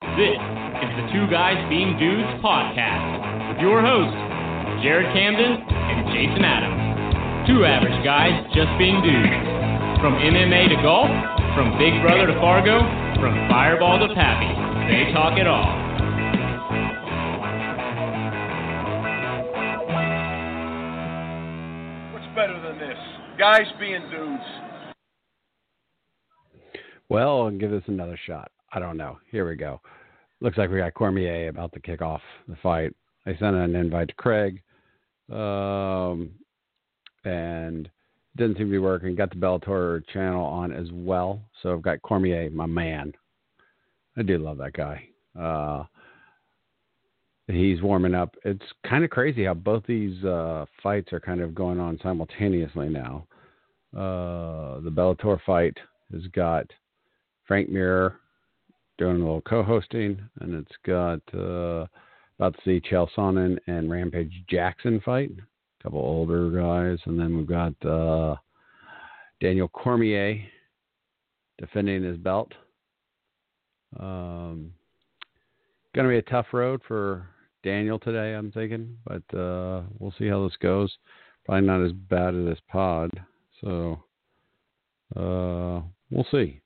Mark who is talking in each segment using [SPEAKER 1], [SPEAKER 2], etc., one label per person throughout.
[SPEAKER 1] This is the Two Guys Being Dudes podcast with your hosts, Jared Camden and Jason Adams. Two average guys just being dudes. From MMA to golf, from Big Brother to Fargo, from Fireball to Pappy, they talk it all.
[SPEAKER 2] What's better than this? Guys being dudes.
[SPEAKER 3] Well, I'll give this another shot. I don't know. Here we go. Looks like we got Cormier about to kick off the fight. I sent an invite to Craig, um, and didn't seem to be working. Got the Bellator channel on as well, so I've got Cormier, my man. I do love that guy. Uh, he's warming up. It's kind of crazy how both these uh, fights are kind of going on simultaneously now. Uh, the Bellator fight has got Frank Mirror doing a little co-hosting, and it's got uh, about to see Chael Sonnen and Rampage Jackson fight, a couple older guys, and then we've got uh, Daniel Cormier defending his belt. Um, gonna be a tough road for Daniel today, I'm thinking, but uh, we'll see how this goes. Probably not as bad as this pod, so uh, we'll see.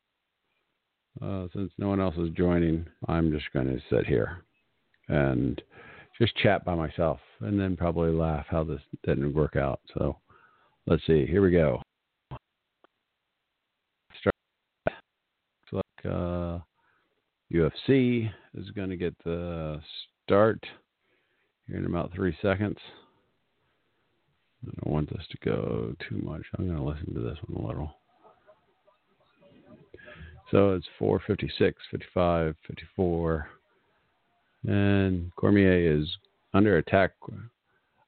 [SPEAKER 3] Uh, since no one else is joining, I'm just going to sit here and just chat by myself and then probably laugh how this didn't work out. So let's see. Here we go. Start. Looks like uh, UFC is going to get the start here in about three seconds. I don't want this to go too much. I'm going to listen to this one a little. So it's 456, 55, 54. And Cormier is under attack.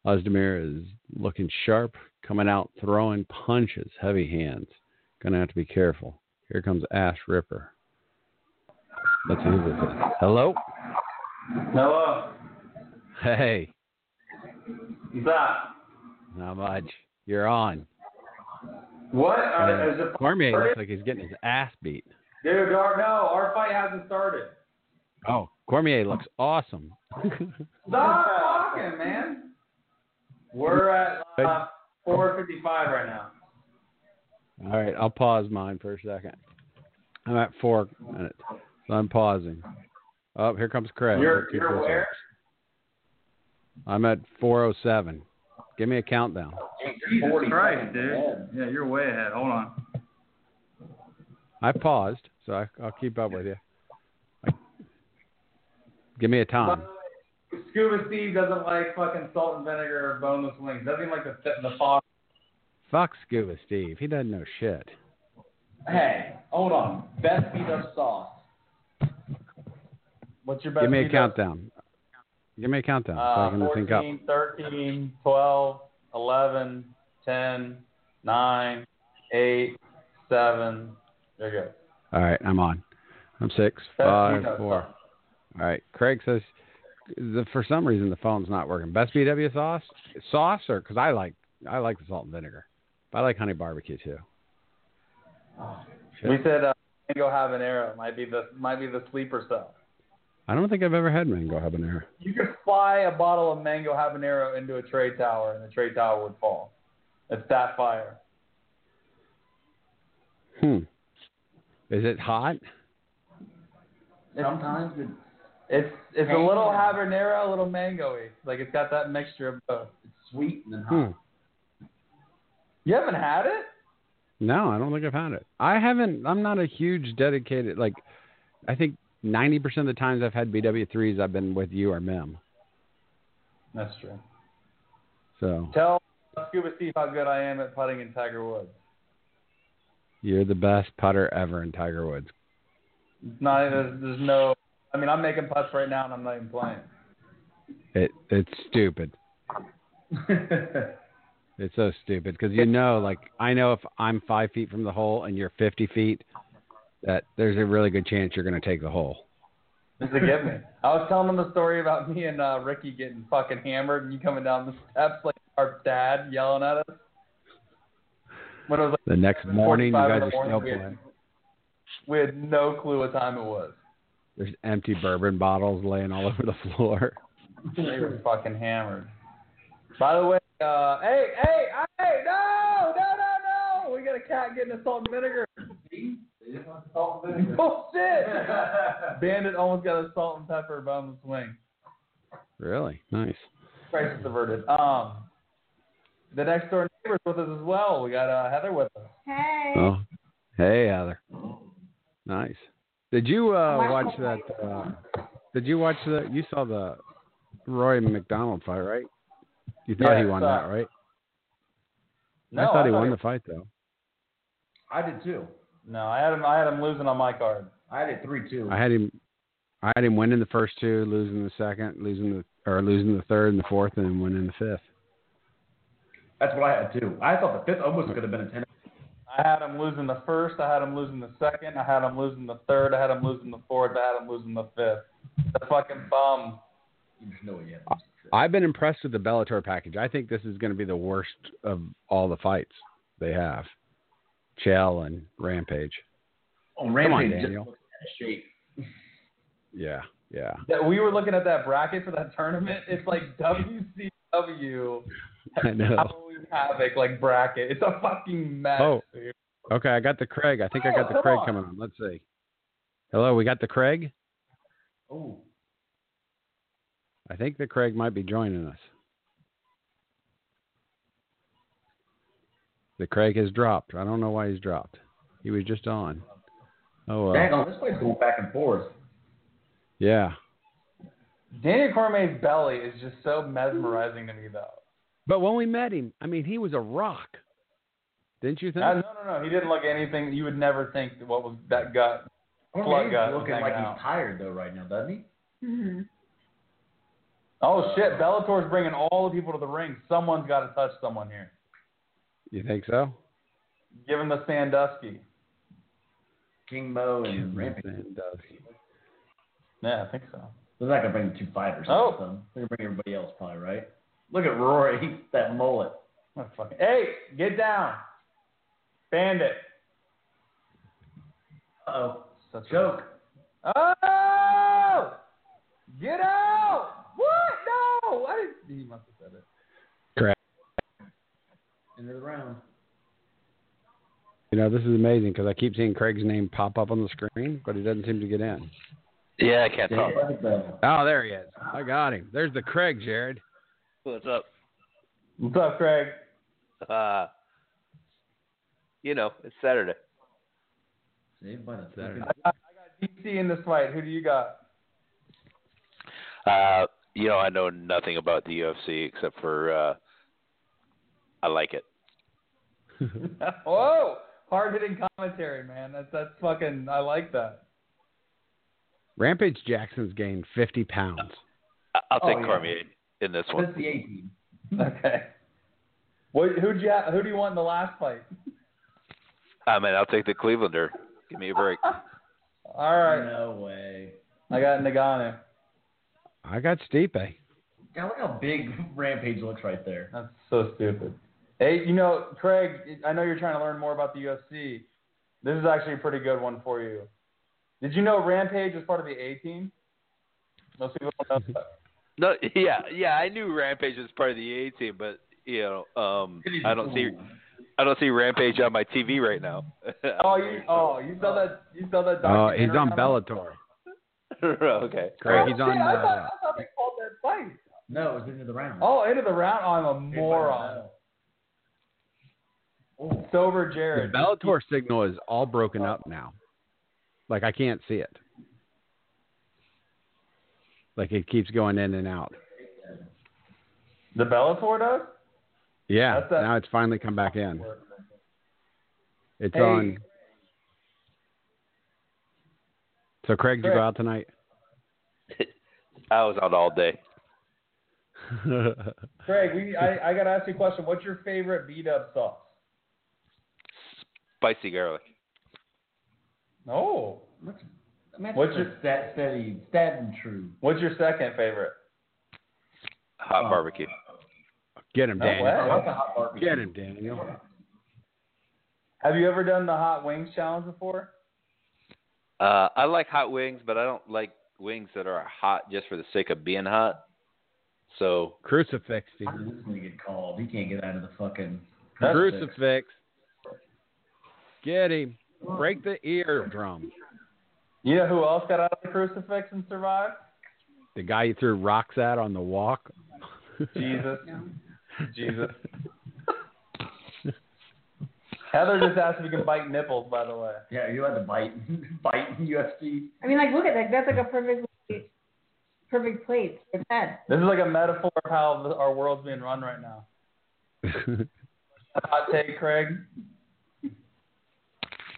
[SPEAKER 3] Ozdemir is looking sharp, coming out, throwing punches, heavy hands. Gonna have to be careful. Here comes Ash Ripper. Let's see who this is. Hello?
[SPEAKER 4] Hello.
[SPEAKER 3] Hey,
[SPEAKER 4] What's up?
[SPEAKER 3] not much. You're on.
[SPEAKER 4] What? Are, Uh, is it
[SPEAKER 3] Cormier Uh, looks like he's getting his ass beat.
[SPEAKER 4] Dude, our, no, our fight hasn't started.
[SPEAKER 3] Oh, Cormier looks awesome.
[SPEAKER 4] Stop talking, man. We're at uh, 4.55 right now.
[SPEAKER 3] All right, I'll pause mine for a second. I'm at four minutes, so I'm pausing. Oh, here comes Craig.
[SPEAKER 4] You're,
[SPEAKER 3] Two, four,
[SPEAKER 4] you're where?
[SPEAKER 3] six. I'm at 407. Give me a countdown.
[SPEAKER 4] Jesus
[SPEAKER 5] Christ, dude. Yeah, you're way ahead. Hold on.
[SPEAKER 3] I paused, so I, I'll keep up with you. give me a time.
[SPEAKER 4] Uh, Scuba Steve doesn't like fucking salt and vinegar or boneless wings. Doesn't even like the, the fog.
[SPEAKER 3] Fuck Scuba Steve. He doesn't know shit.
[SPEAKER 4] Hey, hold on. Best beat up sauce. What's your best
[SPEAKER 3] Give me a
[SPEAKER 4] beat up?
[SPEAKER 3] countdown. Give me a countdown so I
[SPEAKER 4] Uh,
[SPEAKER 3] can think up.
[SPEAKER 4] 14, 13, 12, 11, 10, 9, 8, 7. There you go.
[SPEAKER 3] All right, I'm on. I'm six,
[SPEAKER 4] Best
[SPEAKER 3] five,
[SPEAKER 4] beat up
[SPEAKER 3] four.
[SPEAKER 4] sauce.
[SPEAKER 3] All right, Craig says the, for some reason the phone's not working. Best BW sauce, sauce, or because I like I like the salt and vinegar, but I like honey barbecue too.
[SPEAKER 4] We said uh, mango habanero might be the might be the sleeper cell.
[SPEAKER 3] I don't think I've ever had mango habanero.
[SPEAKER 4] You could fly a bottle of mango habanero into a tray tower, and the tray tower would fall. It's that fire.
[SPEAKER 3] Hmm. Is it hot?
[SPEAKER 4] Sometimes it's it's, it's a little habanero, a little mangoey. Like it's got that mixture of both. It's sweet and then
[SPEAKER 3] Hmm.
[SPEAKER 4] You haven't had it?
[SPEAKER 3] No, I don't think I've had it. I haven't. I'm not a huge dedicated like. I think 90% of the times I've had BW3s, I've been with you or Mem.
[SPEAKER 4] That's true.
[SPEAKER 3] So
[SPEAKER 4] Tell Scuba Steve how good I am at putting in Tiger Woods.
[SPEAKER 3] you're the best putter ever in Tiger Woods.
[SPEAKER 4] It's not there's, there's no. I mean, I'm making putts right now and I'm not even playing.
[SPEAKER 3] It it's stupid.
[SPEAKER 4] yeah,
[SPEAKER 3] It's so stupid because you know, like I know if I'm five feet from the hole and you're 50 feet, that there's a really good chance you're going to take the hole.
[SPEAKER 4] forgive me. I was telling him the story about me and uh, Ricky getting fucking hammered and you coming down the steps like our dad yelling at us. When it was
[SPEAKER 3] The next
[SPEAKER 4] like
[SPEAKER 3] morning, you
[SPEAKER 4] 7:45
[SPEAKER 3] guys
[SPEAKER 4] in
[SPEAKER 3] are
[SPEAKER 4] the
[SPEAKER 3] still
[SPEAKER 4] morning, we
[SPEAKER 3] playing.
[SPEAKER 4] had- We had no clue what time it was.
[SPEAKER 3] There's empty bourbon bottles laying all over the floor.
[SPEAKER 4] They were fucking hammered. By the way, uh, hey, hey, hey, no, no, no, no. We got a cat getting a salt and vinegar. Bullshit. Bandit almost got a salt and pepper on the swing.
[SPEAKER 3] Really nice.
[SPEAKER 4] Crisis averted. Um, the next door neighbor's with us as well. We got uh, Heather with us.
[SPEAKER 6] Hey.
[SPEAKER 3] Oh, hey Heather. Nice. Did you uh,
[SPEAKER 6] Wow.
[SPEAKER 3] watch that? Uh, did you watch the? You saw the Roy McDonald fight, right? You thought
[SPEAKER 4] Yeah,
[SPEAKER 3] he
[SPEAKER 4] I
[SPEAKER 3] won
[SPEAKER 4] saw
[SPEAKER 3] that,
[SPEAKER 4] it.
[SPEAKER 3] right?
[SPEAKER 4] No,
[SPEAKER 3] I thought he
[SPEAKER 4] I thought
[SPEAKER 3] won
[SPEAKER 4] he-
[SPEAKER 3] the fight though.
[SPEAKER 7] I did too.
[SPEAKER 4] No, I had him. I had him losing on my card.
[SPEAKER 7] I did three two.
[SPEAKER 3] I had him. I had him winning the first two, losing the second, losing the or losing the third and the fourth, and then winning the fifth.
[SPEAKER 7] That's what I had too. I thought the fifth almost could have been a ten.
[SPEAKER 4] I had him losing the first. I had him losing the second. I had him losing the third. I had him losing the fourth. I had him losing the fifth. The fucking bum.
[SPEAKER 7] There's no way you had.
[SPEAKER 3] Oh, I've been impressed with the Bellator package. I think this is going to be the worst of all the fights they have. Chell and Rampage.
[SPEAKER 7] Oh,
[SPEAKER 3] Rampage
[SPEAKER 7] just
[SPEAKER 3] Daniel.
[SPEAKER 7] looks out of shape.
[SPEAKER 3] Yeah, yeah.
[SPEAKER 4] That we were looking at that bracket for that tournament. It's like WCW
[SPEAKER 3] I know.
[SPEAKER 4] Halloween Havoc like bracket. It's a fucking mess.
[SPEAKER 3] Oh.
[SPEAKER 4] dude.
[SPEAKER 3] Okay, I got the Craig. I think I got
[SPEAKER 4] Oh,
[SPEAKER 3] the
[SPEAKER 4] come
[SPEAKER 3] Craig
[SPEAKER 4] on.
[SPEAKER 3] coming on. Let's see. Hello, we got the Craig.
[SPEAKER 7] Oh,
[SPEAKER 3] I think the Craig might be joining us. The Craig has dropped. I don't know why he's dropped. He was just on. Oh,
[SPEAKER 7] dang
[SPEAKER 3] well.
[SPEAKER 7] on, this place going back and forth.
[SPEAKER 3] yeah.
[SPEAKER 4] Daniel Cormier's belly is just so mesmerizing to me, though.
[SPEAKER 3] But when we met him, I mean, he was a rock. Didn't you think?
[SPEAKER 4] Uh, no, no, no. He didn't look anything. You would never think that what was that gut. Plug
[SPEAKER 7] Cormier's
[SPEAKER 4] up,
[SPEAKER 7] looking
[SPEAKER 4] hanging
[SPEAKER 7] like
[SPEAKER 4] out.
[SPEAKER 7] he's tired though right now, doesn't he?
[SPEAKER 3] Uh.
[SPEAKER 4] Oh shit! Bellator's bringing all the people to the ring. Someone's got to touch someone here.
[SPEAKER 3] You think so?
[SPEAKER 4] Give him the Sandusky.
[SPEAKER 7] King Mo and Rampage.
[SPEAKER 4] Yeah, I think so.
[SPEAKER 7] They're not gonna bring two fighters.
[SPEAKER 4] Oh.
[SPEAKER 7] so they're gonna bring everybody else probably, right? Look at Rory, that mullet.
[SPEAKER 4] What the fucking- Hey, get down, Bandit.
[SPEAKER 7] Uh oh,
[SPEAKER 4] Such a-
[SPEAKER 7] choke.
[SPEAKER 4] Oh, get out! What? No, I didn't. He must have said it.
[SPEAKER 7] End of the round.
[SPEAKER 3] You know, this is amazing because I keep seeing Craig's name pop up on the screen, but he doesn't seem to get in.
[SPEAKER 8] Yeah, I can't
[SPEAKER 7] Yeah,
[SPEAKER 8] talk.
[SPEAKER 7] like that.
[SPEAKER 3] Oh, there he is. I got him. There's the Craig, Jared.
[SPEAKER 8] What's up?
[SPEAKER 4] What's up, Craig?
[SPEAKER 8] Uh, you know, it's Saturday.
[SPEAKER 7] Saved by the
[SPEAKER 3] Saturday.
[SPEAKER 7] fucking-
[SPEAKER 4] DC in this fight. Who do you got?
[SPEAKER 8] Uh, you know, I know nothing about the UFC except for uh, I like it.
[SPEAKER 4] Whoa! Hard hitting commentary, man. That's that's fucking. I like that.
[SPEAKER 3] Rampage Jackson's gained 50 pounds.
[SPEAKER 8] I- I'll
[SPEAKER 7] Oh,
[SPEAKER 8] take
[SPEAKER 7] yeah.
[SPEAKER 8] Cormier in this
[SPEAKER 7] That's
[SPEAKER 8] one.
[SPEAKER 7] the 18.
[SPEAKER 4] Okay. What, who'd you have, who do you want in the last fight?
[SPEAKER 8] I mean, I'll take the Clevelander. Give me a break.
[SPEAKER 4] All right.
[SPEAKER 7] No way.
[SPEAKER 4] I got Nagano.
[SPEAKER 3] I got Stipe.
[SPEAKER 7] God, look how big Rampage looks right there.
[SPEAKER 4] That's so stupid. Hey, you know, Craig, I know you're trying to learn more about the UFC. This is actually a pretty good one for you. Did you know Rampage was part of the A team? Most people don't know that.
[SPEAKER 8] No, yeah, yeah, I knew Rampage was part of the A team, but you know, um, I don't see, I don't see Rampage on my TV right now.
[SPEAKER 4] Oh, you, oh, you saw that? You saw that?
[SPEAKER 3] Oh, he's on
[SPEAKER 4] documentary?
[SPEAKER 3] Bellator.
[SPEAKER 8] okay.
[SPEAKER 3] Craig,
[SPEAKER 4] Oh,
[SPEAKER 3] he's on.
[SPEAKER 4] shit, I thought,
[SPEAKER 3] Uh,
[SPEAKER 4] I thought they called that fight.
[SPEAKER 7] No, it was the end of the round.
[SPEAKER 4] Oh, end of the round. Oh, I'm a moron.
[SPEAKER 7] Oh,
[SPEAKER 4] Sober
[SPEAKER 3] the
[SPEAKER 4] Jared.
[SPEAKER 3] Bellator signal is all broken up now. Like I can't see it. Like it keeps going in and out.
[SPEAKER 4] The Bellator does.
[SPEAKER 3] Yeah,
[SPEAKER 4] That's a-
[SPEAKER 3] now it's finally come back in. It's
[SPEAKER 4] Hey.
[SPEAKER 3] on. So Craig, you
[SPEAKER 4] Craig.
[SPEAKER 3] go out tonight.
[SPEAKER 8] I was out all day.
[SPEAKER 4] Craig, we, I, I gotta ask you a question. What's your favorite beat up sauce?
[SPEAKER 8] Spicy garlic.
[SPEAKER 4] No.
[SPEAKER 7] what's,
[SPEAKER 4] What's
[SPEAKER 7] that's what's
[SPEAKER 4] your-
[SPEAKER 7] your stat steady, stat and true?
[SPEAKER 4] What's your second favorite?
[SPEAKER 8] Hot barbecue.
[SPEAKER 3] Get him,
[SPEAKER 4] No
[SPEAKER 3] Daniel.
[SPEAKER 4] way.
[SPEAKER 7] Oh, that's a hot barbecue.
[SPEAKER 3] Get him, Daniel.
[SPEAKER 4] Have you ever done the hot wings challenge before?
[SPEAKER 8] Uh, I like hot wings, but I don't like wings that are hot just for the sake of being hot. So
[SPEAKER 3] Crucifix, Steve.
[SPEAKER 7] How does this one get called? He can't get out of the fucking.
[SPEAKER 3] Crucifix. Get him. Break the eardrum.
[SPEAKER 4] You know who else got out of the crucifix and survived?
[SPEAKER 3] The guy you threw rocks at on the walk.
[SPEAKER 4] Jesus. Jesus. Heather just asked if you can bite nipples, by the way.
[SPEAKER 7] Yeah, you had to bite, bite UFC.
[SPEAKER 6] I mean, like, look at that. That's like a perfect, perfect plate. It's that.
[SPEAKER 4] This is like a metaphor of how the, our world's being run right now. Hot take, Craig.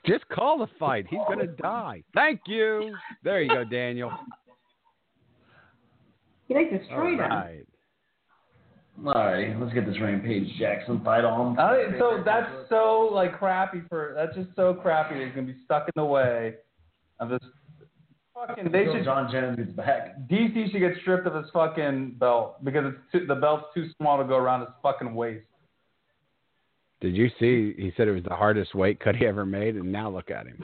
[SPEAKER 3] Just call the fight. He's going to die. Thank you. There you go, Daniel.
[SPEAKER 6] He like
[SPEAKER 3] All
[SPEAKER 6] destroyed him.
[SPEAKER 3] right.
[SPEAKER 7] All right, let's get this Rampage Jackson fight on.
[SPEAKER 4] I, so that's so like crappy for. That's just so crappy. That he's gonna be stuck in the way of this fucking. They should
[SPEAKER 7] John Jones is back.
[SPEAKER 4] DC should get stripped of his fucking belt because it's too, the belt's too small to go around his fucking waist.
[SPEAKER 3] Did you see? He said it was the hardest weight cut he ever made, and now look at him.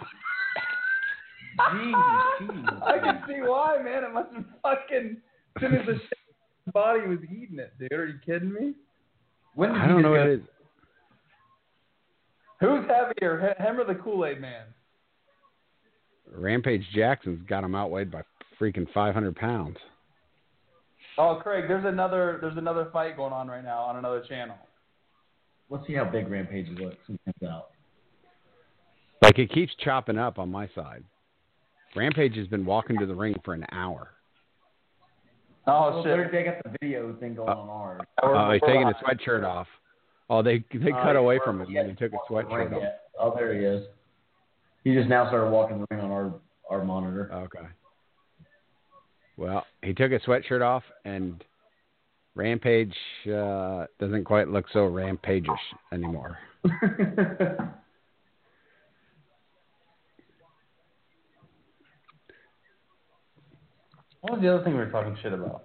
[SPEAKER 4] I can see why, man. It must have fucking soon as the shit- body was eating it, dude. Are you kidding me?
[SPEAKER 7] When
[SPEAKER 3] I
[SPEAKER 7] did he
[SPEAKER 3] don't
[SPEAKER 7] just
[SPEAKER 3] know what
[SPEAKER 7] get-
[SPEAKER 3] it is.
[SPEAKER 4] Who's heavier, he- him or the Kool Aid Man?
[SPEAKER 3] Rampage Jackson's got him outweighed by freaking 500 pounds.
[SPEAKER 4] Oh, Craig, there's another there's another fight going on right now on another channel.
[SPEAKER 7] Let's see how big Rampage looks when he comes out.
[SPEAKER 3] Like it keeps chopping up on my side. Rampage has been walking to the ring for an hour.
[SPEAKER 4] Oh
[SPEAKER 7] Well,
[SPEAKER 4] shit!
[SPEAKER 7] they got the video thing going
[SPEAKER 3] Uh,
[SPEAKER 7] on ours.
[SPEAKER 4] We're-
[SPEAKER 3] Oh, he's
[SPEAKER 4] we're
[SPEAKER 3] taking
[SPEAKER 4] live.
[SPEAKER 3] his sweatshirt off. Oh, they they
[SPEAKER 7] Uh,
[SPEAKER 3] cut
[SPEAKER 7] yeah,
[SPEAKER 3] away
[SPEAKER 7] we're-
[SPEAKER 3] from him
[SPEAKER 7] yeah,
[SPEAKER 3] and he took his
[SPEAKER 7] walking the ring
[SPEAKER 3] sweatshirt off.
[SPEAKER 7] yet. Oh, there he is. He just now started walking the ring on our our monitor.
[SPEAKER 3] Okay. Well, he took his sweatshirt off, and Rampage uh, doesn't quite look so rampagish anymore.
[SPEAKER 4] What was the other thing we were talking shit about?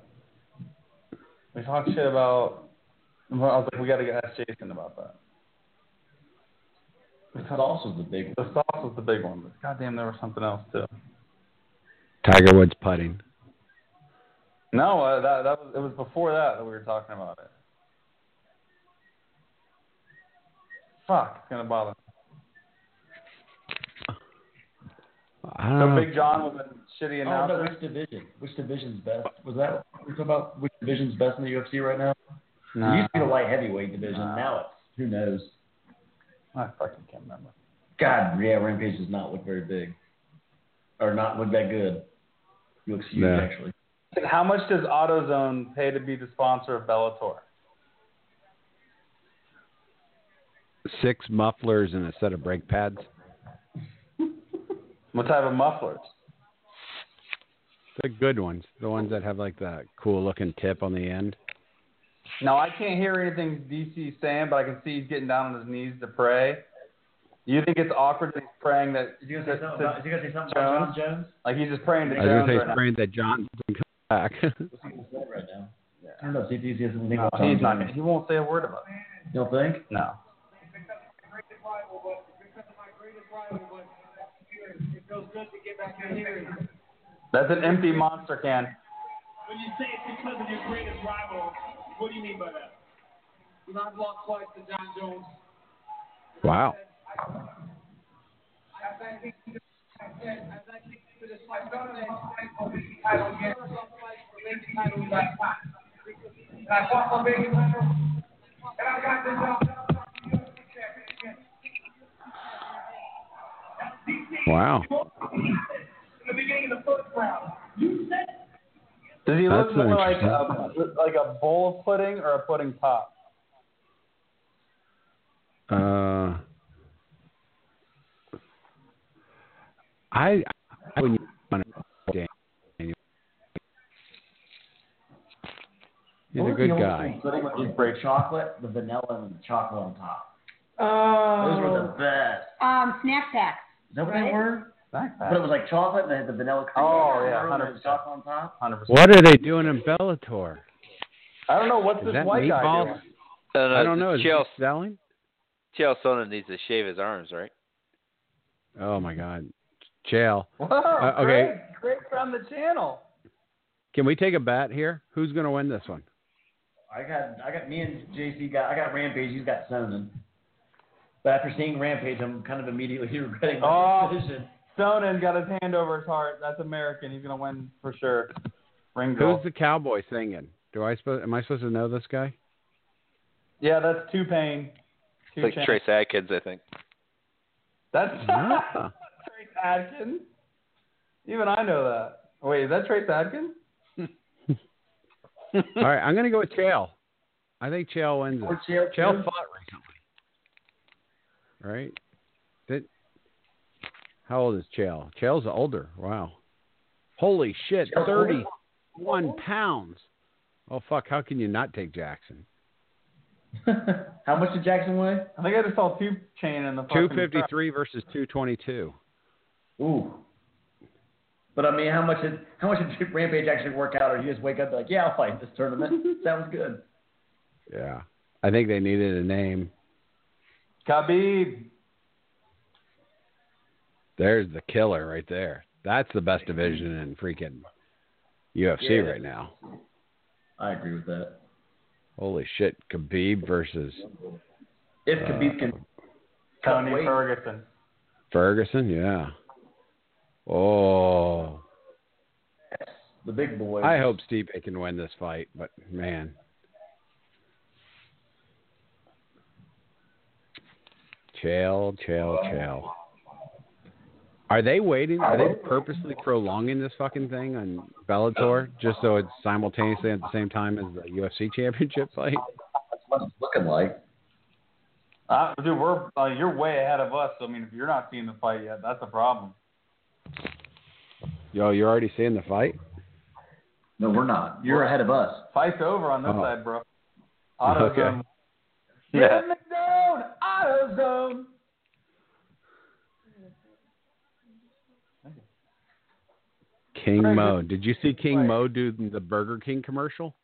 [SPEAKER 4] We talked shit about. Well, I was like, we got to ask Jason about that.
[SPEAKER 7] That's also the big
[SPEAKER 4] The sauce was the big one, but goddamn, there was something else too.
[SPEAKER 3] Tiger Woods putting.
[SPEAKER 4] No, uh, that that was it was before that that we were talking about it. Fuck, it's gonna bother. me.
[SPEAKER 3] I
[SPEAKER 4] So
[SPEAKER 3] don't know.
[SPEAKER 4] Big John was a shitty
[SPEAKER 7] I don't
[SPEAKER 4] announcer.
[SPEAKER 7] know Oh, which division. Which division's best? Was that we're talking about which division's best in the UFC right now? It used to be the light heavyweight division.
[SPEAKER 4] Nah.
[SPEAKER 7] Now it's who knows.
[SPEAKER 4] I fucking can't remember.
[SPEAKER 7] God, yeah, Rampage does not look very big, or not look that good. He looks huge
[SPEAKER 3] Nah.
[SPEAKER 7] actually.
[SPEAKER 4] How much does AutoZone pay to be the sponsor of Bellator?
[SPEAKER 3] Six mufflers and a set of brake pads.
[SPEAKER 4] What type of mufflers?
[SPEAKER 3] The good ones, the ones that have like the cool looking tip on the end.
[SPEAKER 4] No, I can't hear anything DC's saying, but I can see he's getting down on his knees to pray. You think it's awkward that he's praying that
[SPEAKER 7] Is he gonna say something? About, is he gonna say something
[SPEAKER 4] Jones?
[SPEAKER 7] about John Jones?
[SPEAKER 4] like he's just praying to
[SPEAKER 3] I was gonna
[SPEAKER 4] Jones
[SPEAKER 3] say
[SPEAKER 4] right now?
[SPEAKER 3] praying that John doesn't come back.
[SPEAKER 7] What's he gonna say right now? I don't know. See if he's gonna think
[SPEAKER 4] No,
[SPEAKER 7] about John
[SPEAKER 4] he's not.
[SPEAKER 7] Jones.
[SPEAKER 4] He won't say a word about it.
[SPEAKER 7] You don't think?
[SPEAKER 4] No. That's an empty monster can.
[SPEAKER 9] When you say it's because of your greatest rival, what do you mean by that? You know, I've lost twice to John Jones.
[SPEAKER 3] wow.
[SPEAKER 9] I thank him for this fight. I thank him for this fight. I thank him for this fight. I fought my biggest title, and I got the job.
[SPEAKER 3] Wow.
[SPEAKER 9] In the beginning of the first round, you said
[SPEAKER 4] Does he look
[SPEAKER 3] That's
[SPEAKER 4] more like um,
[SPEAKER 3] interesting.
[SPEAKER 4] a, like a bowl of pudding or a pudding pop?
[SPEAKER 3] Uh, I I wouldn't want to Daniel. He's a
[SPEAKER 7] What was
[SPEAKER 3] good
[SPEAKER 7] the only
[SPEAKER 3] guy.
[SPEAKER 7] thing Pudding with his break chocolate, the vanilla, and the chocolate on top. Those were the
[SPEAKER 6] Oh.
[SPEAKER 7] best.
[SPEAKER 6] Um, snack packs.
[SPEAKER 7] Is that what they
[SPEAKER 6] Right.
[SPEAKER 7] were? But it
[SPEAKER 4] Backpack.
[SPEAKER 7] was like chocolate and it had the vanilla cream.
[SPEAKER 4] Oh, yeah,
[SPEAKER 7] and it
[SPEAKER 4] 100%.
[SPEAKER 7] was chocolate on top.
[SPEAKER 4] 100%.
[SPEAKER 3] What are they doing in Bellator?
[SPEAKER 4] I don't know. What's
[SPEAKER 3] Is
[SPEAKER 4] this
[SPEAKER 3] that
[SPEAKER 4] white guy
[SPEAKER 3] meatballs?
[SPEAKER 4] doing?
[SPEAKER 8] And, uh,
[SPEAKER 3] I don't know. Is he
[SPEAKER 8] Chael,
[SPEAKER 3] selling?
[SPEAKER 8] Chael Sonnen needs to shave his arms, right?
[SPEAKER 3] Oh my God. jail.
[SPEAKER 4] Whoa,
[SPEAKER 3] Uh, okay.
[SPEAKER 4] Craig, Craig from the channel.
[SPEAKER 3] Can we take a bet here? Who's going to win this one?
[SPEAKER 7] I got I got me and JC got I got Rampage. He's got Sonnen. But after seeing Rampage, I'm kind of immediately regretting my
[SPEAKER 4] Oh.
[SPEAKER 7] decision.
[SPEAKER 4] Sonnen got his hand over his heart. That's American. He's gonna win for sure. Ring girl.
[SPEAKER 3] Who's the cowboy singing? Do I supposed? Am I supposed to know this guy?
[SPEAKER 4] Yeah, that's two pain. Two
[SPEAKER 8] Like
[SPEAKER 4] Chainz.
[SPEAKER 8] Trace Adkins, I think.
[SPEAKER 4] That's
[SPEAKER 3] Ah.
[SPEAKER 4] Trace Adkins. Even I know that. Wait, is that Trace Adkins?
[SPEAKER 3] All right, I'm going to go with Chael. I think Chael wins
[SPEAKER 7] Or
[SPEAKER 3] it.
[SPEAKER 7] Chael
[SPEAKER 3] Chael
[SPEAKER 7] Sonnen.
[SPEAKER 3] fought recently. Right? Did, how old is Chael? Chael's older. Wow. Holy shit,
[SPEAKER 7] Chael's older?
[SPEAKER 3] 31 pounds. Oh, fuck. How can you not take Jackson?
[SPEAKER 7] How much did Jackson weigh?
[SPEAKER 4] I think I just saw two chain in the fucking truck.
[SPEAKER 3] 253 versus 222.
[SPEAKER 7] Ooh. But I mean, how much did how much did Rampage actually work out, or you just wake up and be like, yeah, I'll fight this tournament. Sounds good.
[SPEAKER 3] Yeah. I think they needed a name.
[SPEAKER 4] Khabib.
[SPEAKER 3] There's the killer right there. That's the best division in freaking UFC
[SPEAKER 7] Yeah.
[SPEAKER 3] right now.
[SPEAKER 7] I agree with that.
[SPEAKER 3] Holy shit, Khabib versus
[SPEAKER 7] If Khabib can cut
[SPEAKER 4] Tony
[SPEAKER 7] weight,
[SPEAKER 4] Ferguson.
[SPEAKER 3] Ferguson, yeah. Oh,
[SPEAKER 7] the big boy.
[SPEAKER 3] I hope Stipe can win this fight, but man, Chael, Chael, Chael. Are they waiting? Are they purposely prolonging this fucking thing on Bellator just so it's simultaneously at the same time as the UFC championship fight?
[SPEAKER 7] That's what it's looking like.
[SPEAKER 4] Uh, dude, we're uh, you're way ahead of us. So, I mean, if you're not seeing the fight yet, that's a problem.
[SPEAKER 3] Yo, you're already seeing the fight?
[SPEAKER 7] No, we're not. You're ahead of us.
[SPEAKER 4] Fight's over on this
[SPEAKER 3] Oh.
[SPEAKER 4] side, bro.
[SPEAKER 3] Okay.
[SPEAKER 4] AutoZone.
[SPEAKER 8] Yeah.
[SPEAKER 4] Rhythmic zone, AutoZone.
[SPEAKER 3] King
[SPEAKER 4] Right.
[SPEAKER 3] Mo. Did you see King
[SPEAKER 4] Right.
[SPEAKER 3] Mo do the Burger King commercial?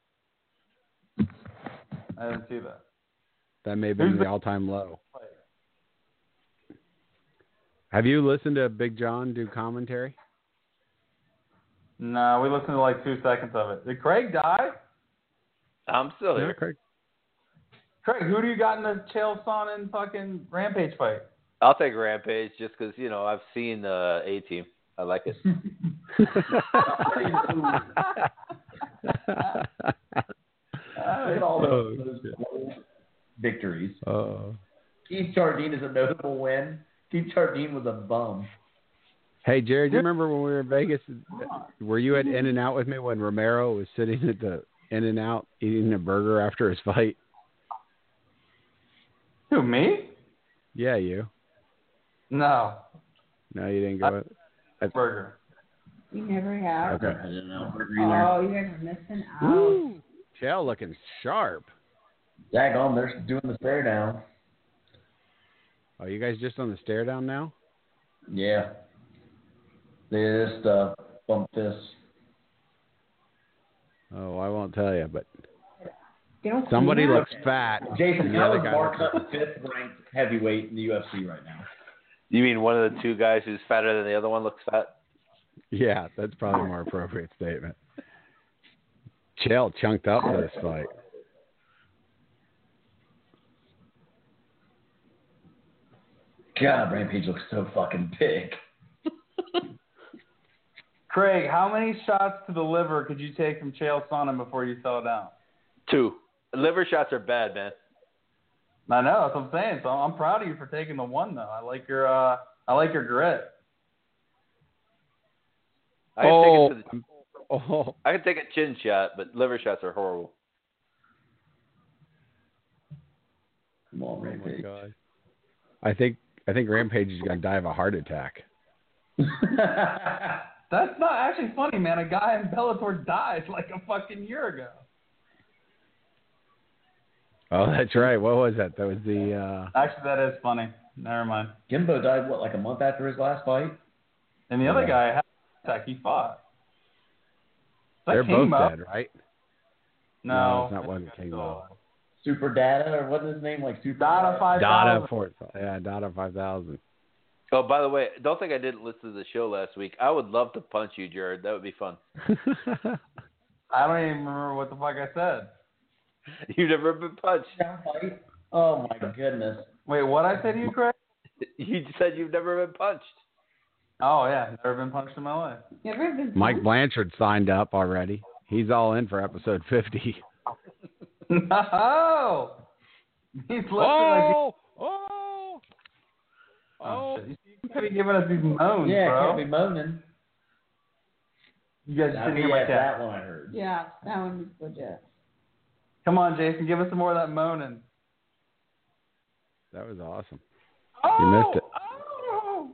[SPEAKER 4] I didn't see that.
[SPEAKER 3] That may have been
[SPEAKER 4] Who's
[SPEAKER 3] the
[SPEAKER 4] the-
[SPEAKER 3] all time low. Have you listened to Big John do commentary?
[SPEAKER 4] No, we listened to like two seconds of it. Did Craig die?
[SPEAKER 8] I'm still here.
[SPEAKER 3] Craig?
[SPEAKER 4] Craig, who do you got in the Chael Sonnen fucking rampage fight?
[SPEAKER 8] I'll take Rampage just because you know I've seen uh, A Team. I like it.
[SPEAKER 7] Look at Uh, all those,
[SPEAKER 3] Oh,
[SPEAKER 7] those victories.
[SPEAKER 3] Oh.
[SPEAKER 7] Keith Jardine is a notable win. Keith Jardine was a bum.
[SPEAKER 3] Hey Jared, do you remember when we were in Vegas? Were you at In and Out with me when Romero was sitting at the In and Out eating a burger after his fight?
[SPEAKER 4] Who me?
[SPEAKER 3] Yeah, you.
[SPEAKER 4] No,
[SPEAKER 3] No, you didn't go.
[SPEAKER 4] Burger.
[SPEAKER 6] You never have.
[SPEAKER 3] Okay.
[SPEAKER 7] I didn't know.
[SPEAKER 6] Oh, you guys are missing out.
[SPEAKER 3] Ooh, Chael looking sharp.
[SPEAKER 7] Daggone, they're doing the stare down.
[SPEAKER 3] Are Oh, you guys just on the stare down now?
[SPEAKER 7] Yeah. They just uh, bump fists.
[SPEAKER 3] Oh, I won't tell you, but
[SPEAKER 6] They don't
[SPEAKER 3] somebody
[SPEAKER 6] clean up.
[SPEAKER 3] looks fat.
[SPEAKER 7] Jason,
[SPEAKER 3] and
[SPEAKER 7] how is
[SPEAKER 3] guy
[SPEAKER 7] Mark
[SPEAKER 3] looks-
[SPEAKER 7] Hunt fifth ranked heavyweight in the UFC right now?
[SPEAKER 8] You mean one of the two guys who's fatter than the other one looks fat?
[SPEAKER 3] Yeah, that's probably a more appropriate statement. Chael chunked up for this fight.
[SPEAKER 7] God, Rampage looks so fucking big.
[SPEAKER 4] Craig, how many shots to the liver could you take from Chael Sonnen before you fell down?
[SPEAKER 8] Two. Liver shots are bad, man.
[SPEAKER 4] I know that's what I'm saying. So I'm proud of you for taking the one though. I like your uh, I like your grit.
[SPEAKER 8] I can,
[SPEAKER 3] oh,
[SPEAKER 8] take it to the,
[SPEAKER 3] oh,
[SPEAKER 8] I can take a chin shot, but liver shots are horrible.
[SPEAKER 7] Come on,
[SPEAKER 3] oh my
[SPEAKER 7] Rampage.
[SPEAKER 3] god! I think I think Rampage is going to die of a heart attack.
[SPEAKER 4] That's not actually funny, man. A guy in Bellator died like a fucking year ago.
[SPEAKER 3] Oh, that's right. What was that? That was the. uh
[SPEAKER 4] Actually, that is funny. Never mind.
[SPEAKER 7] Jimbo died, what, like a month after his last fight?
[SPEAKER 4] And the other
[SPEAKER 3] Yeah.
[SPEAKER 4] guy had a heart attack. He fought. Is that
[SPEAKER 3] They're both
[SPEAKER 4] Kingmo?
[SPEAKER 3] dead, right? No,
[SPEAKER 4] No,
[SPEAKER 3] it's not one Kingmo.
[SPEAKER 7] Super Data, or what's his name? Like Super
[SPEAKER 4] Dada five
[SPEAKER 3] Dada
[SPEAKER 4] thousand.
[SPEAKER 3] four. Yeah, Dada five thousand.
[SPEAKER 8] Oh, by the way, don't think I didn't listen to the show last week. I would love to punch you, Jared. That would be fun.
[SPEAKER 4] I don't even remember what the fuck I said.
[SPEAKER 8] You've never been punched.
[SPEAKER 7] Oh my goodness.
[SPEAKER 4] Wait, what I said to you, Craig?
[SPEAKER 8] You said you've never been punched.
[SPEAKER 4] Oh yeah, never been punched in my life.
[SPEAKER 6] You ever been
[SPEAKER 3] Mike Blanchard signed up already. He's all in for episode 50.
[SPEAKER 4] No. He's looking like
[SPEAKER 1] Oh, oh,
[SPEAKER 4] oh,
[SPEAKER 1] oh.
[SPEAKER 4] shit. you could be giving us these moans,
[SPEAKER 7] Yeah,
[SPEAKER 4] bro.
[SPEAKER 7] can't be moaning.
[SPEAKER 4] You guys
[SPEAKER 7] I
[SPEAKER 4] should
[SPEAKER 7] mean,
[SPEAKER 4] hear my
[SPEAKER 7] yeah,
[SPEAKER 4] cat.
[SPEAKER 7] that one I heard.
[SPEAKER 6] Yeah, that one was legit.
[SPEAKER 4] Come on, Jason, give us some more of that moaning.
[SPEAKER 3] That was awesome.
[SPEAKER 4] Oh,
[SPEAKER 3] You missed it.
[SPEAKER 4] Oh.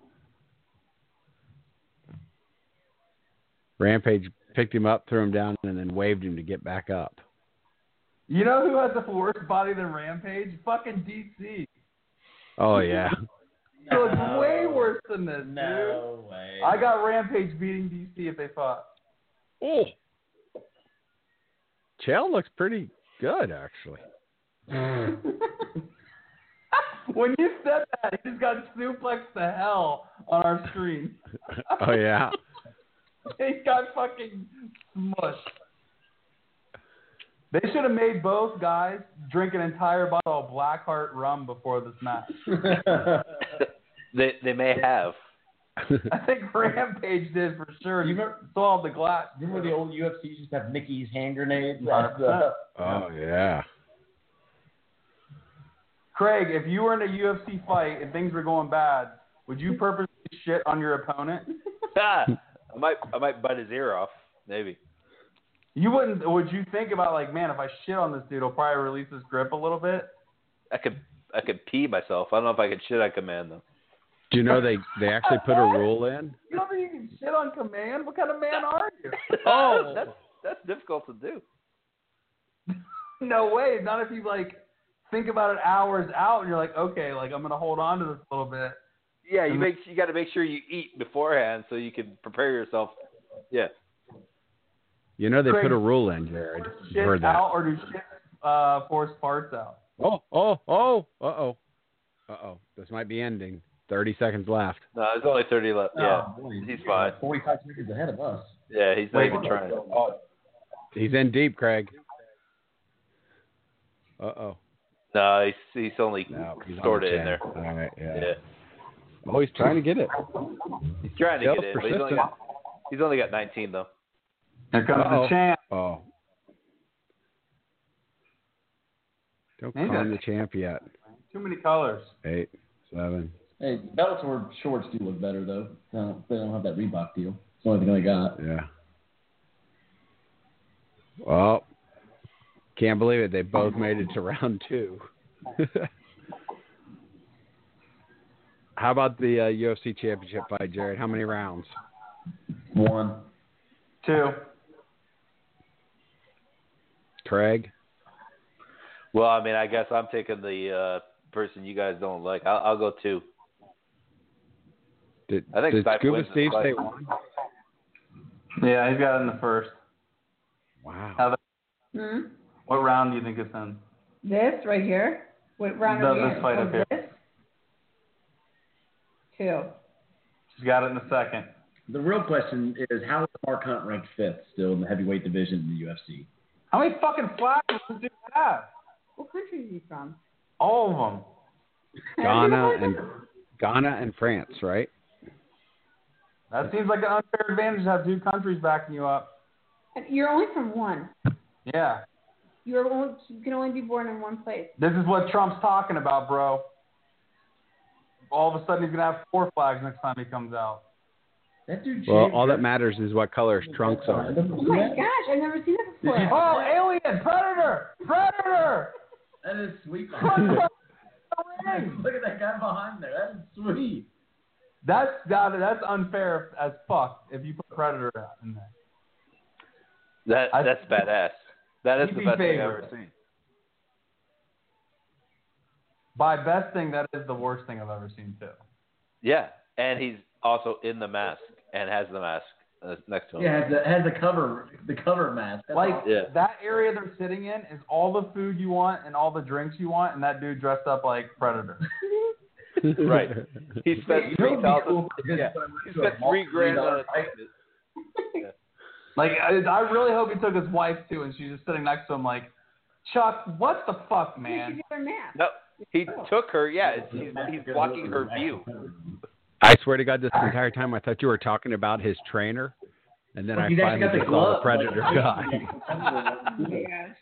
[SPEAKER 3] Rampage picked him up, threw him down, and then waved him to get back up.
[SPEAKER 4] You know who has a worse body than Rampage? Fucking DC.
[SPEAKER 3] Oh yeah.
[SPEAKER 4] He looks way worse than this,
[SPEAKER 7] No way.
[SPEAKER 4] dude. I got Rampage beating DC if they fought.
[SPEAKER 3] oh. Chael looks pretty good actually.
[SPEAKER 4] When you said that, he just got suplexed to hell on our screen.
[SPEAKER 3] Oh yeah.
[SPEAKER 4] They got fucking smushed. They should have made both guys drink an entire bottle of Blackheart rum before this match.
[SPEAKER 8] They they may have.
[SPEAKER 4] I think Rampage did for sure.
[SPEAKER 7] You
[SPEAKER 4] You
[SPEAKER 7] remember-
[SPEAKER 4] saw the glass.
[SPEAKER 7] Remember the old UFC used to have Mickey's hand grenades?
[SPEAKER 4] Hundred percent.
[SPEAKER 3] oh yeah.
[SPEAKER 4] Craig, if you were in a UFC fight and things were going bad, would you purposely shit on your opponent?
[SPEAKER 8] Ah, I might I might bite his ear off. Maybe.
[SPEAKER 4] You wouldn't. Would you think about like, man, if I shit on this dude, he'll probably release his grip a little bit?
[SPEAKER 8] I could I could pee myself. I don't know if I could shit on command though.
[SPEAKER 3] Do you know they they actually put a rule in?
[SPEAKER 4] You don't think you can shit on command? What kind of man are you?
[SPEAKER 8] Oh, that's that's difficult to do.
[SPEAKER 4] No way. Not if you like think about it hours out and you're like, okay, like I'm gonna hold on to this a little bit.
[SPEAKER 8] Yeah, you make you got to make sure you eat beforehand so you can prepare yourself. Yeah.
[SPEAKER 3] You know they
[SPEAKER 4] Craig-
[SPEAKER 3] put a rule in, Jared. You
[SPEAKER 4] Shit
[SPEAKER 3] heard that.
[SPEAKER 4] out or do shit uh force parts out.
[SPEAKER 3] Oh, oh, oh, uh oh. Uh oh. This might be ending. Thirty seconds left.
[SPEAKER 8] No, there's only 30 left. Yeah.
[SPEAKER 7] Oh, boy.
[SPEAKER 8] He's fine.
[SPEAKER 7] 45 seconds ahead of us.
[SPEAKER 8] Yeah, he's not
[SPEAKER 4] Wait,
[SPEAKER 8] even trying.
[SPEAKER 3] He's in deep, Craig. Uh oh.
[SPEAKER 8] No, he's he's only
[SPEAKER 3] No, he's on
[SPEAKER 8] stored
[SPEAKER 3] the
[SPEAKER 8] it in
[SPEAKER 3] chain.
[SPEAKER 8] there.
[SPEAKER 3] All right, yeah.
[SPEAKER 8] Yeah.
[SPEAKER 3] Oh, he's trying to get it.
[SPEAKER 8] He's trying to
[SPEAKER 3] That was
[SPEAKER 8] get in, but he's
[SPEAKER 3] persistent.
[SPEAKER 8] only got he's only got 19 though.
[SPEAKER 4] Here comes
[SPEAKER 3] Uh-oh.
[SPEAKER 4] the champ.
[SPEAKER 3] Oh. Don't
[SPEAKER 4] Maybe
[SPEAKER 3] call him
[SPEAKER 4] I-
[SPEAKER 3] the champ yet.
[SPEAKER 4] Too many colors.
[SPEAKER 3] Eight, seven.
[SPEAKER 7] Hey, Bellator shorts do look better though. They don't, they don't have that Reebok deal. It's the only thing they got.
[SPEAKER 3] Yeah. Well, can't believe it. They both made it to round two. How about the uh, UFC championship fight, Jared? How many rounds?
[SPEAKER 7] One.
[SPEAKER 4] Two.
[SPEAKER 3] Craig?
[SPEAKER 8] Well, I mean, I guess I'm taking the uh, person you guys don't like. I'll, I'll go two.
[SPEAKER 3] Did,
[SPEAKER 8] I think
[SPEAKER 3] did
[SPEAKER 8] Stipe
[SPEAKER 3] Scuba
[SPEAKER 8] wins the
[SPEAKER 3] Steve
[SPEAKER 8] fight.
[SPEAKER 3] say one?
[SPEAKER 4] Yeah, he's got it in the first.
[SPEAKER 3] Wow.
[SPEAKER 7] Uh,
[SPEAKER 4] How-
[SPEAKER 6] Hmm?
[SPEAKER 4] What round do you think it's in?
[SPEAKER 6] This right here? What round
[SPEAKER 4] No,
[SPEAKER 6] are we
[SPEAKER 4] this
[SPEAKER 6] in?
[SPEAKER 4] fight
[SPEAKER 6] Oh,
[SPEAKER 4] up here.
[SPEAKER 6] this? Two.
[SPEAKER 4] She's got it in the second.
[SPEAKER 7] The real question is how is Mark Hunt ranked fifth still in the heavyweight division in the UFC?
[SPEAKER 4] How many fucking flags does this dude have?
[SPEAKER 6] What country is he from?
[SPEAKER 4] All of them.
[SPEAKER 3] Ghana and Ghana and France, right?
[SPEAKER 4] That seems like an unfair advantage to have two countries backing you up.
[SPEAKER 6] You're only from one.
[SPEAKER 4] Yeah.
[SPEAKER 6] You're only, you can only be born in one place.
[SPEAKER 4] This is what Trump's talking about, bro. All of a sudden, he's gonna have four flags next time he comes out.
[SPEAKER 7] That dude.
[SPEAKER 3] Well,
[SPEAKER 7] shaved
[SPEAKER 3] all
[SPEAKER 7] your-
[SPEAKER 3] that matters is what color his trunks are.
[SPEAKER 6] Oh my gosh, I've never seen that before.
[SPEAKER 4] Oh, alien, predator, predator!
[SPEAKER 7] That is sweet.
[SPEAKER 4] Ring!
[SPEAKER 7] Look at that guy behind there. That is sweet.
[SPEAKER 4] That's that, that's unfair as fuck. If you put predator in there,
[SPEAKER 8] That
[SPEAKER 4] I-
[SPEAKER 8] that's badass. That is
[SPEAKER 4] He'd
[SPEAKER 8] the
[SPEAKER 4] be
[SPEAKER 8] best thing I've
[SPEAKER 4] favored.
[SPEAKER 8] ever seen.
[SPEAKER 4] by best thing, that is the worst thing I've ever seen too.
[SPEAKER 8] Yeah, and he's also in the mask and has the mask uh, next to him.
[SPEAKER 7] Yeah, has the, has the cover the cover mask. That's
[SPEAKER 4] Like
[SPEAKER 7] awesome.
[SPEAKER 8] Yeah.
[SPEAKER 4] that area they're sitting in is all the food you want and all the drinks you want, and that dude dressed up like predator.
[SPEAKER 8] Right. He spent
[SPEAKER 7] You know
[SPEAKER 8] three
[SPEAKER 7] what'd be
[SPEAKER 8] thousand.
[SPEAKER 7] cool if I did
[SPEAKER 8] yeah.
[SPEAKER 7] this, but I went
[SPEAKER 8] He
[SPEAKER 7] to a
[SPEAKER 8] spent three grand on a
[SPEAKER 7] multi-million-dollar
[SPEAKER 8] ticket.
[SPEAKER 4] Like, I, I really hope he took his wife too, and she's just sitting next to him, like, Chuck, what the fuck, man?
[SPEAKER 6] do their math.
[SPEAKER 8] No, he took her. Yeah, it's- he's, he's blocking her view.
[SPEAKER 3] I swear to God, this entire time I thought you were talking about his trainer, and then
[SPEAKER 7] Well,
[SPEAKER 3] I
[SPEAKER 7] he's actually
[SPEAKER 3] finally
[SPEAKER 7] got the
[SPEAKER 3] just saw the
[SPEAKER 7] glove,
[SPEAKER 3] predator
[SPEAKER 7] like-
[SPEAKER 3] guy.
[SPEAKER 6] Oh Yes.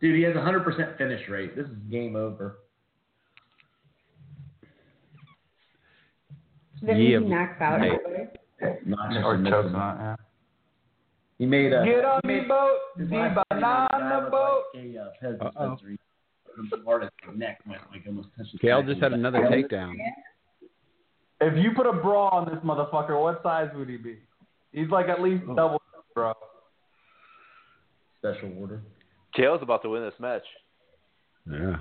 [SPEAKER 7] Dude, he has 100% finish rate. This is game over.
[SPEAKER 6] Then
[SPEAKER 3] Yeah.
[SPEAKER 6] he knocks out
[SPEAKER 3] Right.
[SPEAKER 6] everybody.
[SPEAKER 7] Not
[SPEAKER 4] Or choke not, yeah.
[SPEAKER 7] He made a.
[SPEAKER 4] Get on
[SPEAKER 7] he
[SPEAKER 4] the
[SPEAKER 7] made-
[SPEAKER 4] boat, the
[SPEAKER 7] his last name, that guy
[SPEAKER 4] banana
[SPEAKER 7] looked
[SPEAKER 4] boat.
[SPEAKER 7] Like a uh, peasant
[SPEAKER 3] Uh-oh.
[SPEAKER 7] dispenser. He- the artist's neck went like almost touched his
[SPEAKER 3] Gail
[SPEAKER 7] neck.
[SPEAKER 3] just had another takedown.
[SPEAKER 4] If you put a bra on this motherfucker, what size would he be? He's like at least double, bro.
[SPEAKER 7] Special order.
[SPEAKER 8] Jail's about to win this match.
[SPEAKER 3] Yeah.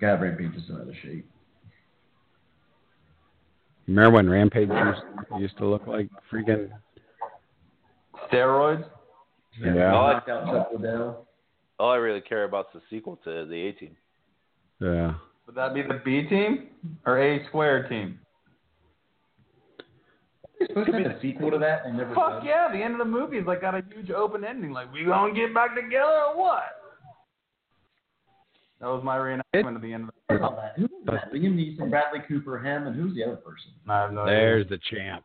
[SPEAKER 7] God, Rampage is another shape.
[SPEAKER 3] Remember when Rampage used, used to look like freaking?
[SPEAKER 4] Steroids?
[SPEAKER 8] All I,
[SPEAKER 7] Knocked out Chuck Liddell.
[SPEAKER 8] all I really care about is the sequel to the A Team.
[SPEAKER 3] Yeah.
[SPEAKER 4] Would that be the B team or A squared team?
[SPEAKER 7] They're supposed to make a sequel to that and never
[SPEAKER 4] Fuck
[SPEAKER 7] did.
[SPEAKER 4] yeah, the end of the movie is like got a huge open ending. Like, we gonna get back together or what? That was my reenactment of the end of the
[SPEAKER 7] Who was that? Who was that? Liam Neeson, Bradley Cooper, him, and who's the other person?
[SPEAKER 4] I have no idea.
[SPEAKER 3] There's the champ.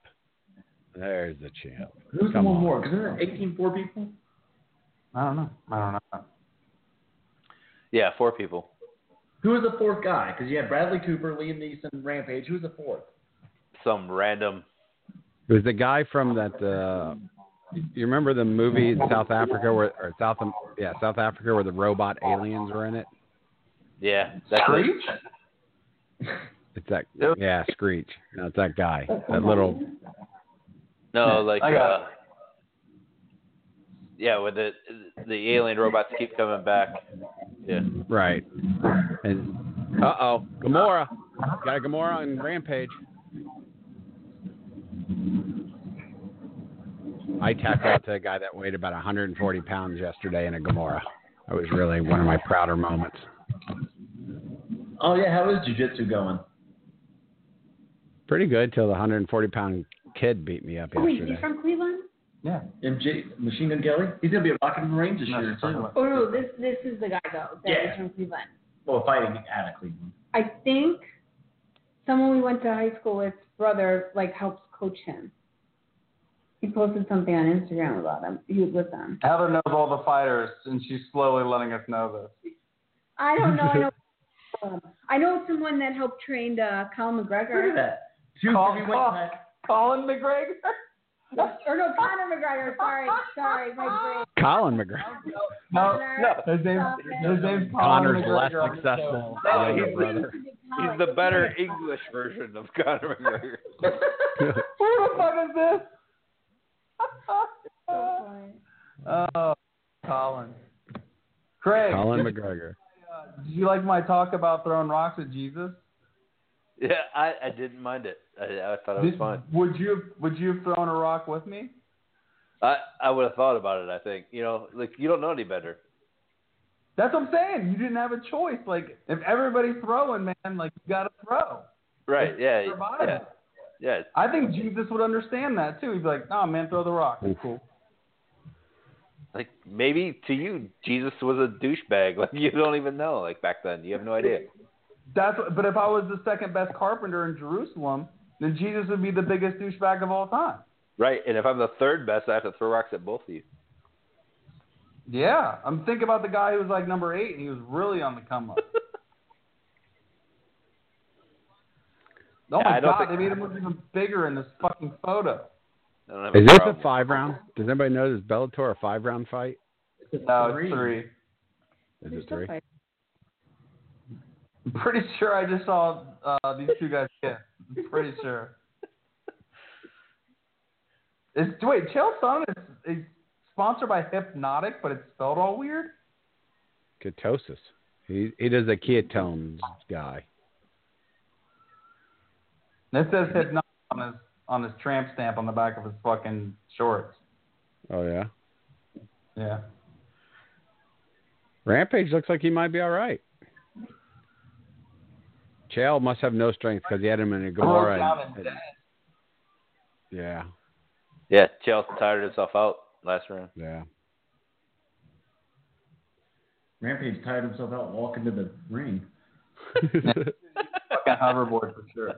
[SPEAKER 3] There's the champ.
[SPEAKER 7] Who's
[SPEAKER 3] Come
[SPEAKER 7] the one
[SPEAKER 3] on.
[SPEAKER 7] more? Because there 18 four people.
[SPEAKER 4] I don't know. I don't know.
[SPEAKER 8] Yeah, four people.
[SPEAKER 7] Who was the fourth guy? Because you had Bradley Cooper, Liam Neeson, Rampage. Who's the fourth?
[SPEAKER 8] Some random.
[SPEAKER 3] It was the guy from that. Uh, you remember the movie in South Africa where, or South, yeah, South Africa where the robot aliens were in it.
[SPEAKER 8] Yeah, that's it.
[SPEAKER 3] It's that. Yeah, Screech. No, it's that guy. That little.
[SPEAKER 8] No, like
[SPEAKER 4] I got
[SPEAKER 8] uh, yeah, with the the alien robots keep coming back. Yeah,
[SPEAKER 3] Right. And uh oh, Gamora. Got Gamora on Rampage. I tapped out to a guy that weighed about 140 pounds yesterday in a Gamora. That was really one of my prouder moments.
[SPEAKER 7] Oh yeah, how is jujitsu going?
[SPEAKER 3] Pretty good till the 140 pound kid beat me up
[SPEAKER 6] Oh, wait,
[SPEAKER 3] yesterday.
[SPEAKER 6] he's from Cleveland?
[SPEAKER 4] Yeah.
[SPEAKER 7] MJ Machine Gun Kelly? He's gonna be a Rocket Marine this year too.
[SPEAKER 6] Oh, no, this, this is the guy, though, that
[SPEAKER 7] Yeah.
[SPEAKER 6] was from Cleveland.
[SPEAKER 7] Well, fighting out of Cleveland.
[SPEAKER 6] I think someone we went to high school with, brother, like helps coach him. He posted something on Instagram about him. He was with them.
[SPEAKER 4] Heather knows all the fighters, and she's slowly letting us know this.
[SPEAKER 6] I don't know. I know. um, I know someone that helped train uh, Colin
[SPEAKER 7] Look at
[SPEAKER 6] McGregor.
[SPEAKER 7] that. Two
[SPEAKER 4] Call-
[SPEAKER 7] heavyweight
[SPEAKER 4] call.
[SPEAKER 7] guys.
[SPEAKER 4] Colin McGregor?
[SPEAKER 6] Or no, Conor McGregor. Sorry, sorry, my
[SPEAKER 3] Colin McGregor.
[SPEAKER 4] No,
[SPEAKER 6] brain.
[SPEAKER 8] no,
[SPEAKER 4] his name's, his name's Colin
[SPEAKER 3] Connor's
[SPEAKER 4] McGregor
[SPEAKER 3] less
[SPEAKER 4] on the
[SPEAKER 3] successful
[SPEAKER 8] No,
[SPEAKER 3] younger
[SPEAKER 8] he's-
[SPEAKER 3] brother.
[SPEAKER 8] he's the better English version of Conor McGregor.
[SPEAKER 4] show. Who the fuck is this? oh, Colin. Craig,
[SPEAKER 3] Colin
[SPEAKER 4] did,
[SPEAKER 3] McGregor.
[SPEAKER 4] uh, did you like my talk about throwing rocks at Jesus?
[SPEAKER 8] Yeah, I, I didn't mind it. I, I thought it was
[SPEAKER 4] Did-
[SPEAKER 8] fine.
[SPEAKER 4] Would you would you have thrown a rock with me?
[SPEAKER 8] I I would have thought about it. I think you know, like you don't know any better.
[SPEAKER 4] That's what I'm saying. You didn't have a choice. Like if everybody's throwing, man, like you gotta throw.
[SPEAKER 8] Right? Yeah.
[SPEAKER 4] Survive.
[SPEAKER 8] Yeah. yeah.
[SPEAKER 4] I think Jesus would understand that too. He'd be like, "No, man, throw the rock. It's cool."
[SPEAKER 8] Like maybe to you, Jesus was a douchebag. Like you don't even know. Like back then, you have no idea.
[SPEAKER 4] That's. What, but if I was the second best carpenter in Jerusalem, then Jesus would be the biggest douchebag of all time.
[SPEAKER 8] Right? And if I'm the third best, I have to throw rocks at both of you.
[SPEAKER 4] Yeah, I'm thinking about the guy who was like number eight, and he was really on the come up. oh
[SPEAKER 8] Yeah,
[SPEAKER 4] my
[SPEAKER 8] I don't
[SPEAKER 4] god,
[SPEAKER 8] think-
[SPEAKER 4] they made him look even bigger in this fucking photo.
[SPEAKER 8] I don't have
[SPEAKER 3] Is this a
[SPEAKER 8] problem.
[SPEAKER 3] five round? Does anybody know this Bellator a five round fight?
[SPEAKER 4] No, it's three.
[SPEAKER 3] Is it three?
[SPEAKER 4] I'm pretty sure I just saw uh, these two guys kiss. I'm pretty sure. It's wait, Chael Sonnen is, is sponsored by Hypnotic, but it's spelled all weird.
[SPEAKER 3] Ketosis. He he does the ketones guy.
[SPEAKER 4] And it says Hypnotic on his on his tramp stamp on the back of his fucking shorts.
[SPEAKER 3] Oh yeah.
[SPEAKER 4] Yeah.
[SPEAKER 3] Rampage looks like he might be all right. Chael must have no strength because he had him
[SPEAKER 7] Oh,
[SPEAKER 3] in a Gamora. and- and- yeah,
[SPEAKER 8] Yeah, Chael's tired himself out last round.
[SPEAKER 3] yeah.
[SPEAKER 7] Rampage tired himself out walking to the ring.
[SPEAKER 4] Fucking hoverboard for sure.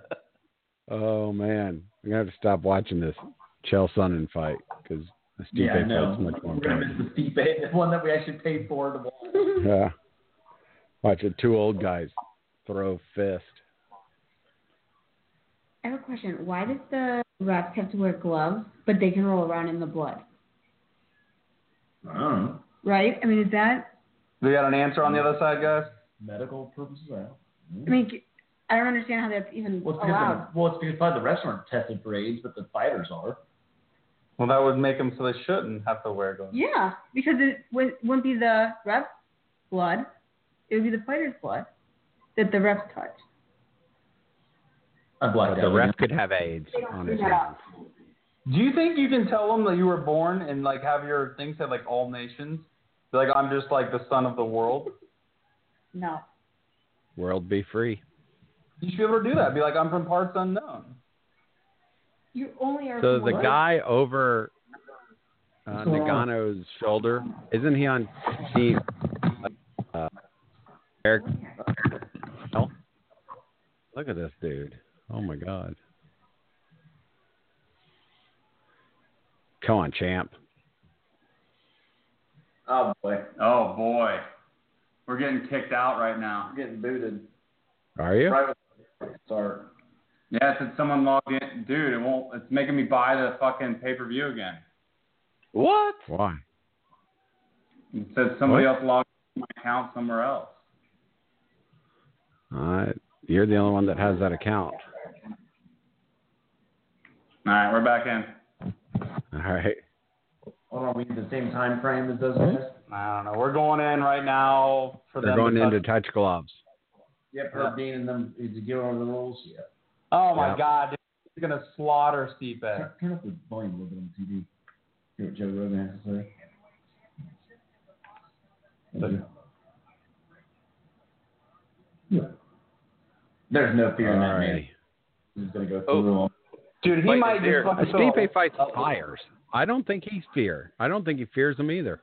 [SPEAKER 3] oh man, I'm gonna have to stop watching this Chael Sonnen fight because the Stipe
[SPEAKER 7] yeah, I know.
[SPEAKER 3] fight's much more
[SPEAKER 7] We're gonna
[SPEAKER 3] important.
[SPEAKER 7] miss the Stipe, the one that we actually paid for to watch.
[SPEAKER 3] Yeah. Watch it. Two old guys throw fist.
[SPEAKER 6] I have a question. Why does the refs have to wear gloves, but they can roll around in the blood?
[SPEAKER 7] I don't know.
[SPEAKER 6] Right? I mean, is that?
[SPEAKER 4] We got an answer on the other side, guys.
[SPEAKER 7] Medical purposes. I don't-
[SPEAKER 6] I mean, I don't understand how that's even
[SPEAKER 7] Well, it's
[SPEAKER 4] Oh,
[SPEAKER 7] because
[SPEAKER 6] allowed.
[SPEAKER 7] the, well, it's because probably the refs aren't tested for AIDS, but the fighters are.
[SPEAKER 4] Well, that would make them so they shouldn't have to wear gloves.
[SPEAKER 6] Yeah, because it would, wouldn't be the ref's blood. It would be the fighter's blood that the refs touch.
[SPEAKER 7] I
[SPEAKER 3] But
[SPEAKER 7] blacked
[SPEAKER 3] the
[SPEAKER 7] out.
[SPEAKER 3] ref could have AIDS on his hands.
[SPEAKER 4] Do you think you can tell them that you were born and like have your thing said like all nations? Be Like I'm just like the son of the world.
[SPEAKER 6] No.
[SPEAKER 3] World be free.
[SPEAKER 4] You should be able to do that. Be like I'm from parts unknown.
[SPEAKER 6] You only are
[SPEAKER 3] So
[SPEAKER 6] from
[SPEAKER 3] the
[SPEAKER 6] one-
[SPEAKER 3] guy over uh, Nagano's shoulder, isn't he on team uh, Eric? No? Look at this dude. Oh my God. Come on, champ.
[SPEAKER 7] Oh boy,
[SPEAKER 5] Oh boy, we're getting kicked out right now.
[SPEAKER 7] I'm getting booted.
[SPEAKER 3] Are you?
[SPEAKER 7] Right with start.
[SPEAKER 5] Yeah, it said someone logged in, dude. It won't. It's making me buy the fucking pay per view again.
[SPEAKER 8] What?
[SPEAKER 3] Why?
[SPEAKER 5] It says somebody else logged in my account somewhere else.
[SPEAKER 3] Uh, you're the only one that has that account.
[SPEAKER 5] All right, we're back in.
[SPEAKER 3] All right.
[SPEAKER 7] Hold on, we need the same time frame as those guys.
[SPEAKER 4] I don't know. We're going in right now for
[SPEAKER 3] They're
[SPEAKER 4] them.
[SPEAKER 3] going
[SPEAKER 4] to
[SPEAKER 3] in to
[SPEAKER 4] touch-
[SPEAKER 3] touch gloves.
[SPEAKER 7] Yep, her being in them is it get over the rules. Yeah.
[SPEAKER 4] Oh my
[SPEAKER 3] Yeah.
[SPEAKER 4] god, dude. he's gonna slaughter Stipe.
[SPEAKER 7] Turn, turn up the volume a little bit on the TV. Hear what Joe Rogan has to say. There you go. There's no fear in that man.
[SPEAKER 3] Alrighty.
[SPEAKER 7] He's gonna go
[SPEAKER 8] Oh.
[SPEAKER 7] through them all.
[SPEAKER 4] Dude, he
[SPEAKER 8] Fight
[SPEAKER 4] might
[SPEAKER 8] fear.
[SPEAKER 4] just fucking
[SPEAKER 3] Stipe fights fires. I don't think he's fear. I don't think he fears them either.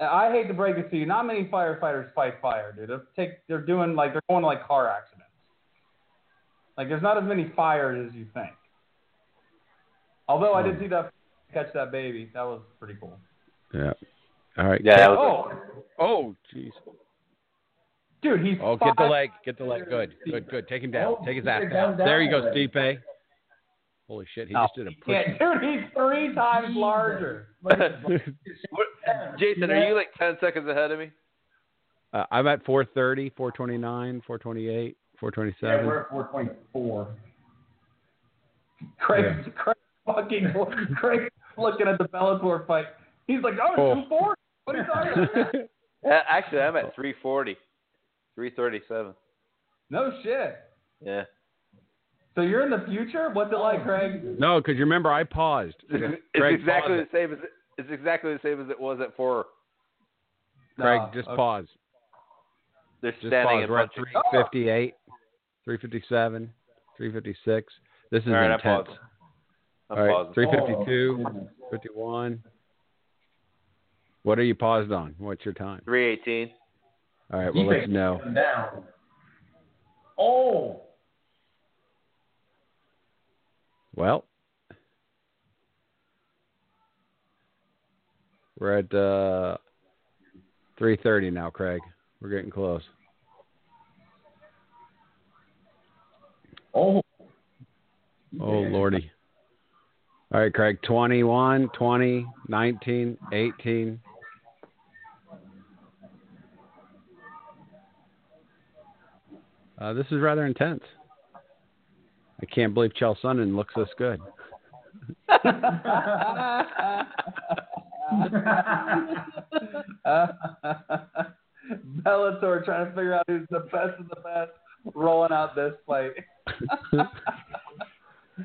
[SPEAKER 4] I hate to break it to you, not many firefighters fight fire, dude. They're take they're doing like they're going to like car accidents. Like there's not as many fires as you think. Although I
[SPEAKER 3] Hmm.
[SPEAKER 4] did see that catch that baby. That was pretty cool.
[SPEAKER 3] Yeah. All right.
[SPEAKER 8] Yeah, that was
[SPEAKER 4] Oh,
[SPEAKER 3] Oh, jeez.
[SPEAKER 4] dude, he's
[SPEAKER 3] Oh, get the
[SPEAKER 4] five-
[SPEAKER 3] leg. Get the leg. Good. Good. Good. Take him down.
[SPEAKER 7] Oh,
[SPEAKER 3] Take his
[SPEAKER 7] he's
[SPEAKER 3] ass down.
[SPEAKER 7] down,
[SPEAKER 3] There you go,
[SPEAKER 7] down.
[SPEAKER 3] Stipe. Holy shit! He
[SPEAKER 4] Oh,
[SPEAKER 3] just did a
[SPEAKER 4] yeah, dude, he's three times larger.
[SPEAKER 8] a-
[SPEAKER 3] push.
[SPEAKER 8] what, Jason, are you like ten seconds ahead of me?
[SPEAKER 3] uh, I'm at 430, 429, 428,
[SPEAKER 7] Yeah,
[SPEAKER 3] 427.
[SPEAKER 7] we're at 4.4.
[SPEAKER 4] Craig, Craig fucking Craig looking at the Bellator fight. He's like, oh,
[SPEAKER 3] Oh.
[SPEAKER 4] it's 240. What are you talking about?
[SPEAKER 8] Uh, Actually, I'm at three forty, three thirty-seven.
[SPEAKER 4] No shit.
[SPEAKER 8] Yeah.
[SPEAKER 4] So you're in the future? What's it like, Craig?
[SPEAKER 3] no, because you remember I paused.
[SPEAKER 8] It's
[SPEAKER 3] Greg
[SPEAKER 8] exactly
[SPEAKER 3] paused
[SPEAKER 8] the same as it- it's exactly the same as it was at four.
[SPEAKER 3] Craig,
[SPEAKER 4] No,
[SPEAKER 3] just
[SPEAKER 4] okay.
[SPEAKER 3] pause.
[SPEAKER 8] They're
[SPEAKER 3] Just
[SPEAKER 8] Oh, standing
[SPEAKER 3] pause.
[SPEAKER 8] in
[SPEAKER 3] We're at
[SPEAKER 8] front of-
[SPEAKER 3] 358, 357, 356. This is
[SPEAKER 8] All right, I
[SPEAKER 3] intense.
[SPEAKER 8] paused. I'm
[SPEAKER 3] All right,
[SPEAKER 8] pausing.
[SPEAKER 3] 352,
[SPEAKER 7] Oh,
[SPEAKER 3] 51. What are you paused on? What's your time?
[SPEAKER 8] Three eighteen.
[SPEAKER 3] All right, we'll let you know.
[SPEAKER 7] Come down. Oh,
[SPEAKER 3] Well, we're at uh, 3:30 now, Craig. We're getting close.
[SPEAKER 7] oh.
[SPEAKER 3] Oh lordy. All right, Craig. 21, 20, 19, 18. Uh, this is rather intense. I can't believe Chael Sonnen looks this good.
[SPEAKER 4] Bellator trying to figure out who's the best of the best, rolling out this fight.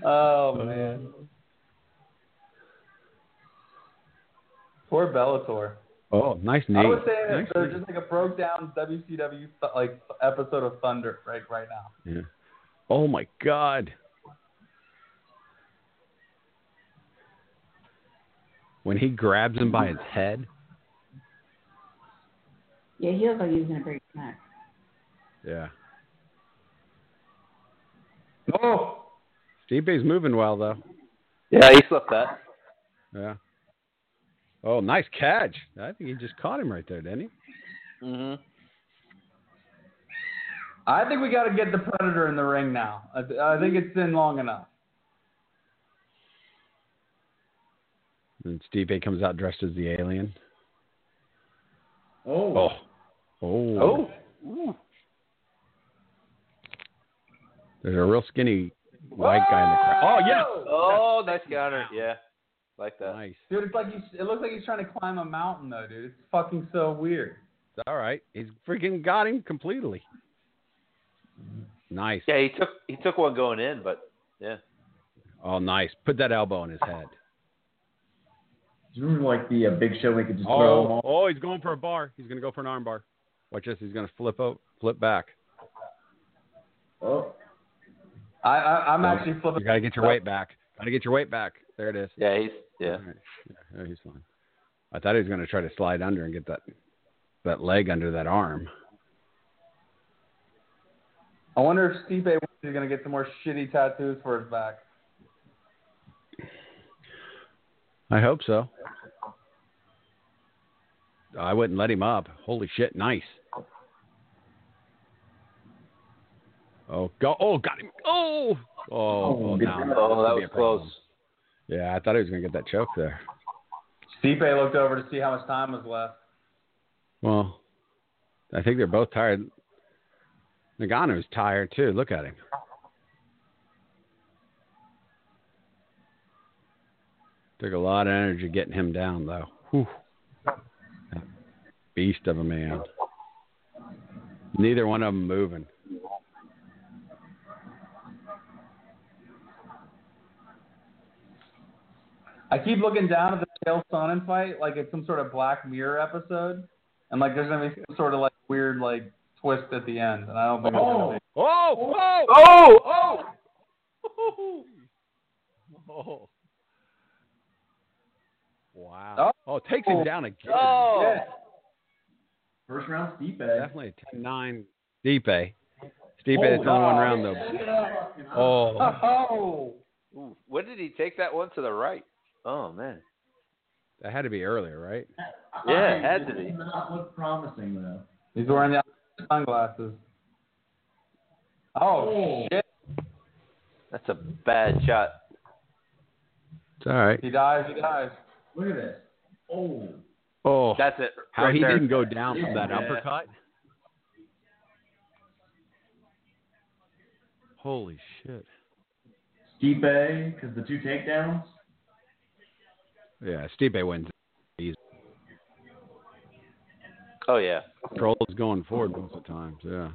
[SPEAKER 4] oh man, poor Bellator.
[SPEAKER 3] Oh, nice
[SPEAKER 4] I
[SPEAKER 3] name.
[SPEAKER 4] would say that
[SPEAKER 3] Nice
[SPEAKER 4] they're
[SPEAKER 3] name.
[SPEAKER 4] just like a broke down WCW th- like episode of Thunder right right now.
[SPEAKER 3] Oh my God. When he grabs him by his head,
[SPEAKER 6] Yeah, he looks like he's gonna break his neck.
[SPEAKER 3] yeah.
[SPEAKER 4] Oh,
[SPEAKER 3] Stipe's moving well though.
[SPEAKER 8] Yeah, he slipped that.
[SPEAKER 3] Yeah. Oh, nice catch! I think he just caught him right there, didn't he?
[SPEAKER 8] Mm-hmm.
[SPEAKER 4] I think we got to get the Predator in the ring now. I, th- I think it's been long enough.
[SPEAKER 3] And Stipe comes out dressed as the alien.
[SPEAKER 5] Oh.
[SPEAKER 3] Oh. Oh.
[SPEAKER 4] Oh,
[SPEAKER 3] There's a real skinny white guy in the crowd. Oh yeah.
[SPEAKER 8] Oh, nice counter. Yeah, like that.
[SPEAKER 3] Nice.
[SPEAKER 4] dude, it's like he's, it looks like he's trying to climb a mountain though, dude. It's fucking so weird.
[SPEAKER 3] All right. He's freaking got him completely. Nice.
[SPEAKER 8] Yeah, he took he took one going in, but
[SPEAKER 3] Oh, nice. Put that elbow on his head.
[SPEAKER 5] Do you remember like the uh, big show we could just throw them
[SPEAKER 3] Oh,
[SPEAKER 5] all?
[SPEAKER 3] oh, he's going for a bar. He's going to go for an arm bar. Watch this. He's going to flip out, flip back.
[SPEAKER 5] Oh.
[SPEAKER 4] I, I I'm actually
[SPEAKER 3] Oh, You
[SPEAKER 4] flipping.
[SPEAKER 3] got to get your weight back. Got to get your weight back. There it is.
[SPEAKER 8] yeah, he's yeah.
[SPEAKER 3] All right. Yeah, he's fine. I thought he was going to try to slide under and get that that leg under that arm.
[SPEAKER 4] I wonder if Stipe is gonna get some more shitty tattoos for his back.
[SPEAKER 3] I hope so. I wouldn't let him up. Holy shit, nice. Oh, go! Oh, got him! Oh, oh, oh,
[SPEAKER 5] good
[SPEAKER 3] now
[SPEAKER 5] job.
[SPEAKER 3] that's
[SPEAKER 8] Oh,
[SPEAKER 3] gonna
[SPEAKER 8] that
[SPEAKER 3] be
[SPEAKER 8] was
[SPEAKER 3] a problem.
[SPEAKER 8] close.
[SPEAKER 3] Yeah, I thought he was gonna get that choke there.
[SPEAKER 4] Stipe looked over to see how much time was left.
[SPEAKER 3] Well, I think they're both tired. Nagano's tired too. Look at him. Took a lot of energy getting him down, though. Whew. That Beast of a man. Neither one of them moving.
[SPEAKER 4] I keep looking down at the Chael Sonnen fight like it's some sort of Black Mirror episode, and like there's gonna be some sort of like weird like twist at the end, and I don't think. it's gonna be.
[SPEAKER 3] Oh! Oh!
[SPEAKER 8] Oh,
[SPEAKER 3] Oh! Oh! Oh! Wow. Oh, takes him down again.
[SPEAKER 8] oh,
[SPEAKER 4] Yeah.
[SPEAKER 5] First round Stipe.
[SPEAKER 3] Definitely a 10 9 Stipe. Stipe is on one round, though. Oh,
[SPEAKER 4] Oh,
[SPEAKER 8] Ooh, when did he take that one to the right? Oh man.
[SPEAKER 3] that had to be earlier, right?
[SPEAKER 8] Yeah, it had to be.
[SPEAKER 5] Does not look promising though.
[SPEAKER 4] he's wearing the sunglasses. Oh, shit!
[SPEAKER 8] That's a bad shot.
[SPEAKER 3] It's all right.
[SPEAKER 4] He dies. He dies.
[SPEAKER 5] Look at this. Oh.
[SPEAKER 3] Oh,
[SPEAKER 8] That's it.
[SPEAKER 3] how
[SPEAKER 8] right
[SPEAKER 3] he
[SPEAKER 8] there.
[SPEAKER 3] didn't go down from that
[SPEAKER 8] Yeah.
[SPEAKER 3] uppercut. Holy shit.
[SPEAKER 5] Stipe, because the two takedowns.
[SPEAKER 3] Yeah, Stipe wins.
[SPEAKER 8] Oh yeah.
[SPEAKER 3] Control's going forward most of the times. Yeah.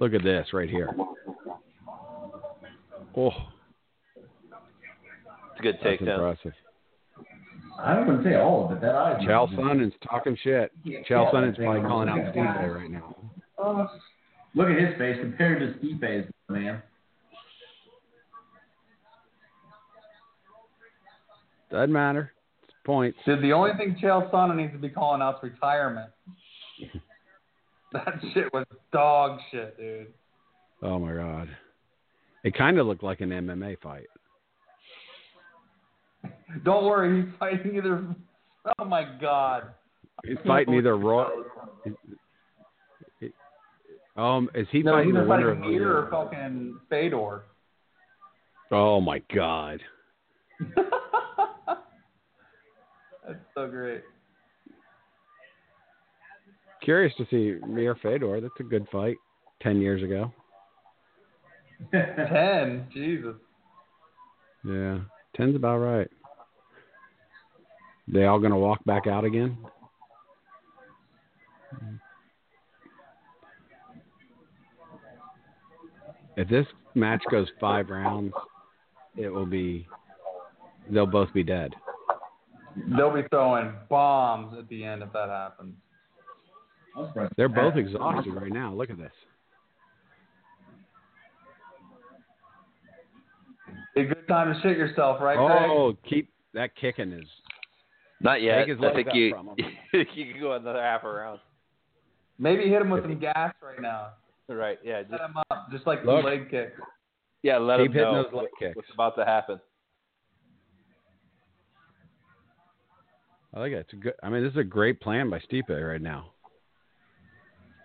[SPEAKER 3] Look at this right here. Oh,
[SPEAKER 8] It's a good
[SPEAKER 3] that's
[SPEAKER 8] takedown.
[SPEAKER 3] impressive.
[SPEAKER 5] I don't want to say all of it. That I.
[SPEAKER 3] Chael Sonnen's talking shit. Chael Sonnen's probably calling out Stipe right now.
[SPEAKER 5] Look at his face compared to Stipe's, man.
[SPEAKER 3] Doesn't matter. It's points.
[SPEAKER 4] Dude, the only thing Chael Sonnen needs to be calling out's retirement. that shit was dog shit, dude.
[SPEAKER 3] Oh my god. It kind of looked like an MMA fight.
[SPEAKER 4] Don't worry, he's fighting either. Oh my god.
[SPEAKER 3] He's fighting either Roy. Um, is he
[SPEAKER 4] No,
[SPEAKER 3] fighting
[SPEAKER 4] he's
[SPEAKER 3] the winner
[SPEAKER 4] either fighting
[SPEAKER 3] of
[SPEAKER 4] Peter or
[SPEAKER 3] the? uh,
[SPEAKER 4] fucking Fedor.
[SPEAKER 3] Oh my god.
[SPEAKER 4] That's so great.
[SPEAKER 3] Curious to see Mir Fedor. That's a good fight. Ten years ago.
[SPEAKER 4] Ten, Jesus.
[SPEAKER 3] Yeah, ten's about right. They all gonna walk back out again. If this match goes five rounds, it will be. They'll both be dead.
[SPEAKER 4] They'll be throwing bombs at the end if that happens.
[SPEAKER 7] I'm surprised.
[SPEAKER 3] They're both exhausted right now. Look at this.
[SPEAKER 4] A good time to shit yourself, right, Greg?
[SPEAKER 3] Oh, keep that kicking is.
[SPEAKER 8] Not yet.
[SPEAKER 3] Take his
[SPEAKER 8] I
[SPEAKER 3] legs
[SPEAKER 8] think
[SPEAKER 3] out
[SPEAKER 8] you
[SPEAKER 3] from him.
[SPEAKER 8] you can go another half around.
[SPEAKER 4] Maybe hit him with some gas right now.
[SPEAKER 8] Right. Yeah. Just
[SPEAKER 4] Set him up, just like
[SPEAKER 3] Look.
[SPEAKER 4] the leg kick.
[SPEAKER 8] yeah. Let
[SPEAKER 3] Keep
[SPEAKER 8] him
[SPEAKER 3] hitting
[SPEAKER 8] know
[SPEAKER 3] those leg
[SPEAKER 8] what- what's
[SPEAKER 3] kicks.
[SPEAKER 8] about to happen.
[SPEAKER 3] I like it. It's a good. I mean, this is a great plan by Stipe right now.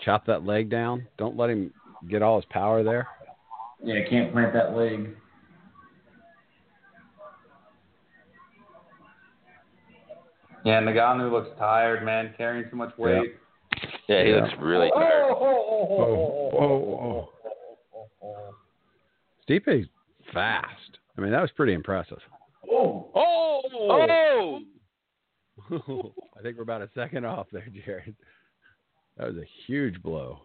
[SPEAKER 3] Chop that leg down. Don't let him get all his power there.
[SPEAKER 7] Yeah, can't plant that leg.
[SPEAKER 4] Yeah, Nagano looks tired, man, carrying too much weight.
[SPEAKER 8] Yeah. He
[SPEAKER 3] Yeah.
[SPEAKER 8] looks really
[SPEAKER 4] Oh,
[SPEAKER 8] tired.
[SPEAKER 3] Oh, oh, oh. Stipe's fast. I mean, that was pretty impressive.
[SPEAKER 7] Oh,
[SPEAKER 8] Oh. Oh.
[SPEAKER 3] I think we're about a second off there, Jared. That was a huge blow.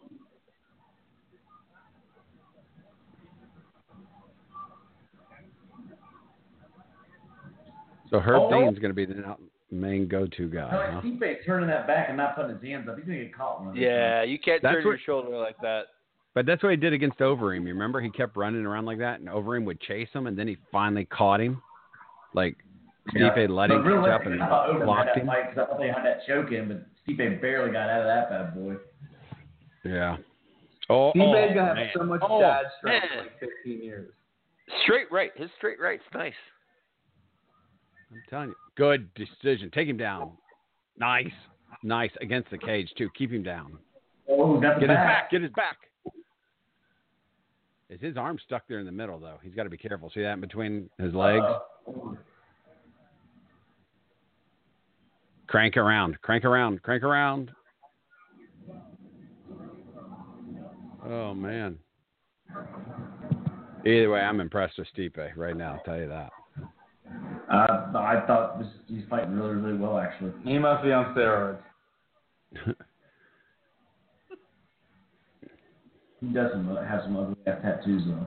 [SPEAKER 3] So Herb
[SPEAKER 7] Oh.
[SPEAKER 3] Dean's going to be the now- main go-to guy.
[SPEAKER 7] I
[SPEAKER 3] Huh?
[SPEAKER 7] like Stipe turning that back and not putting his hands up. He's gonna get caught. One of these times.
[SPEAKER 8] Yeah. You can't
[SPEAKER 3] That's
[SPEAKER 8] turn your
[SPEAKER 3] what-
[SPEAKER 8] shoulder like that.
[SPEAKER 3] But that's what he did against Overeem. You remember he kept running around like that, and Overeem would chase him, and then he finally caught him. Like
[SPEAKER 7] Yeah.
[SPEAKER 3] Stipe let him
[SPEAKER 7] But real
[SPEAKER 3] catch up
[SPEAKER 7] quick,
[SPEAKER 3] and
[SPEAKER 7] I thought Overeem had
[SPEAKER 3] locked
[SPEAKER 7] that
[SPEAKER 3] him.
[SPEAKER 7] fight 'cause I thought they had that choke in, but Stipe barely got out of that bad boy.
[SPEAKER 3] Yeah. Oh,
[SPEAKER 4] T Bay's
[SPEAKER 3] oh,
[SPEAKER 4] gonna have
[SPEAKER 3] man.
[SPEAKER 4] so much
[SPEAKER 8] Oh,
[SPEAKER 4] dad strength in
[SPEAKER 8] man.
[SPEAKER 4] like 15 years.
[SPEAKER 8] Straight right. His straight right's nice.
[SPEAKER 3] I'm telling you, good decision. Take him down. Nice, nice against the cage too. Keep him down.
[SPEAKER 7] Oh, got the
[SPEAKER 3] Get his
[SPEAKER 7] back.
[SPEAKER 3] back. Get his back. Is his arm stuck there in the middle though? He's got to be careful. See that in between his legs?
[SPEAKER 7] Uh-oh.
[SPEAKER 3] Crank around. Crank around. Crank around. Oh man. Either way, I'm impressed with Stipe right now. I'll tell you that.
[SPEAKER 7] Uh, I thought this, he's fighting really, really well actually.
[SPEAKER 4] He must be on steroids.
[SPEAKER 7] He does some, have some ugly ass tattoos on.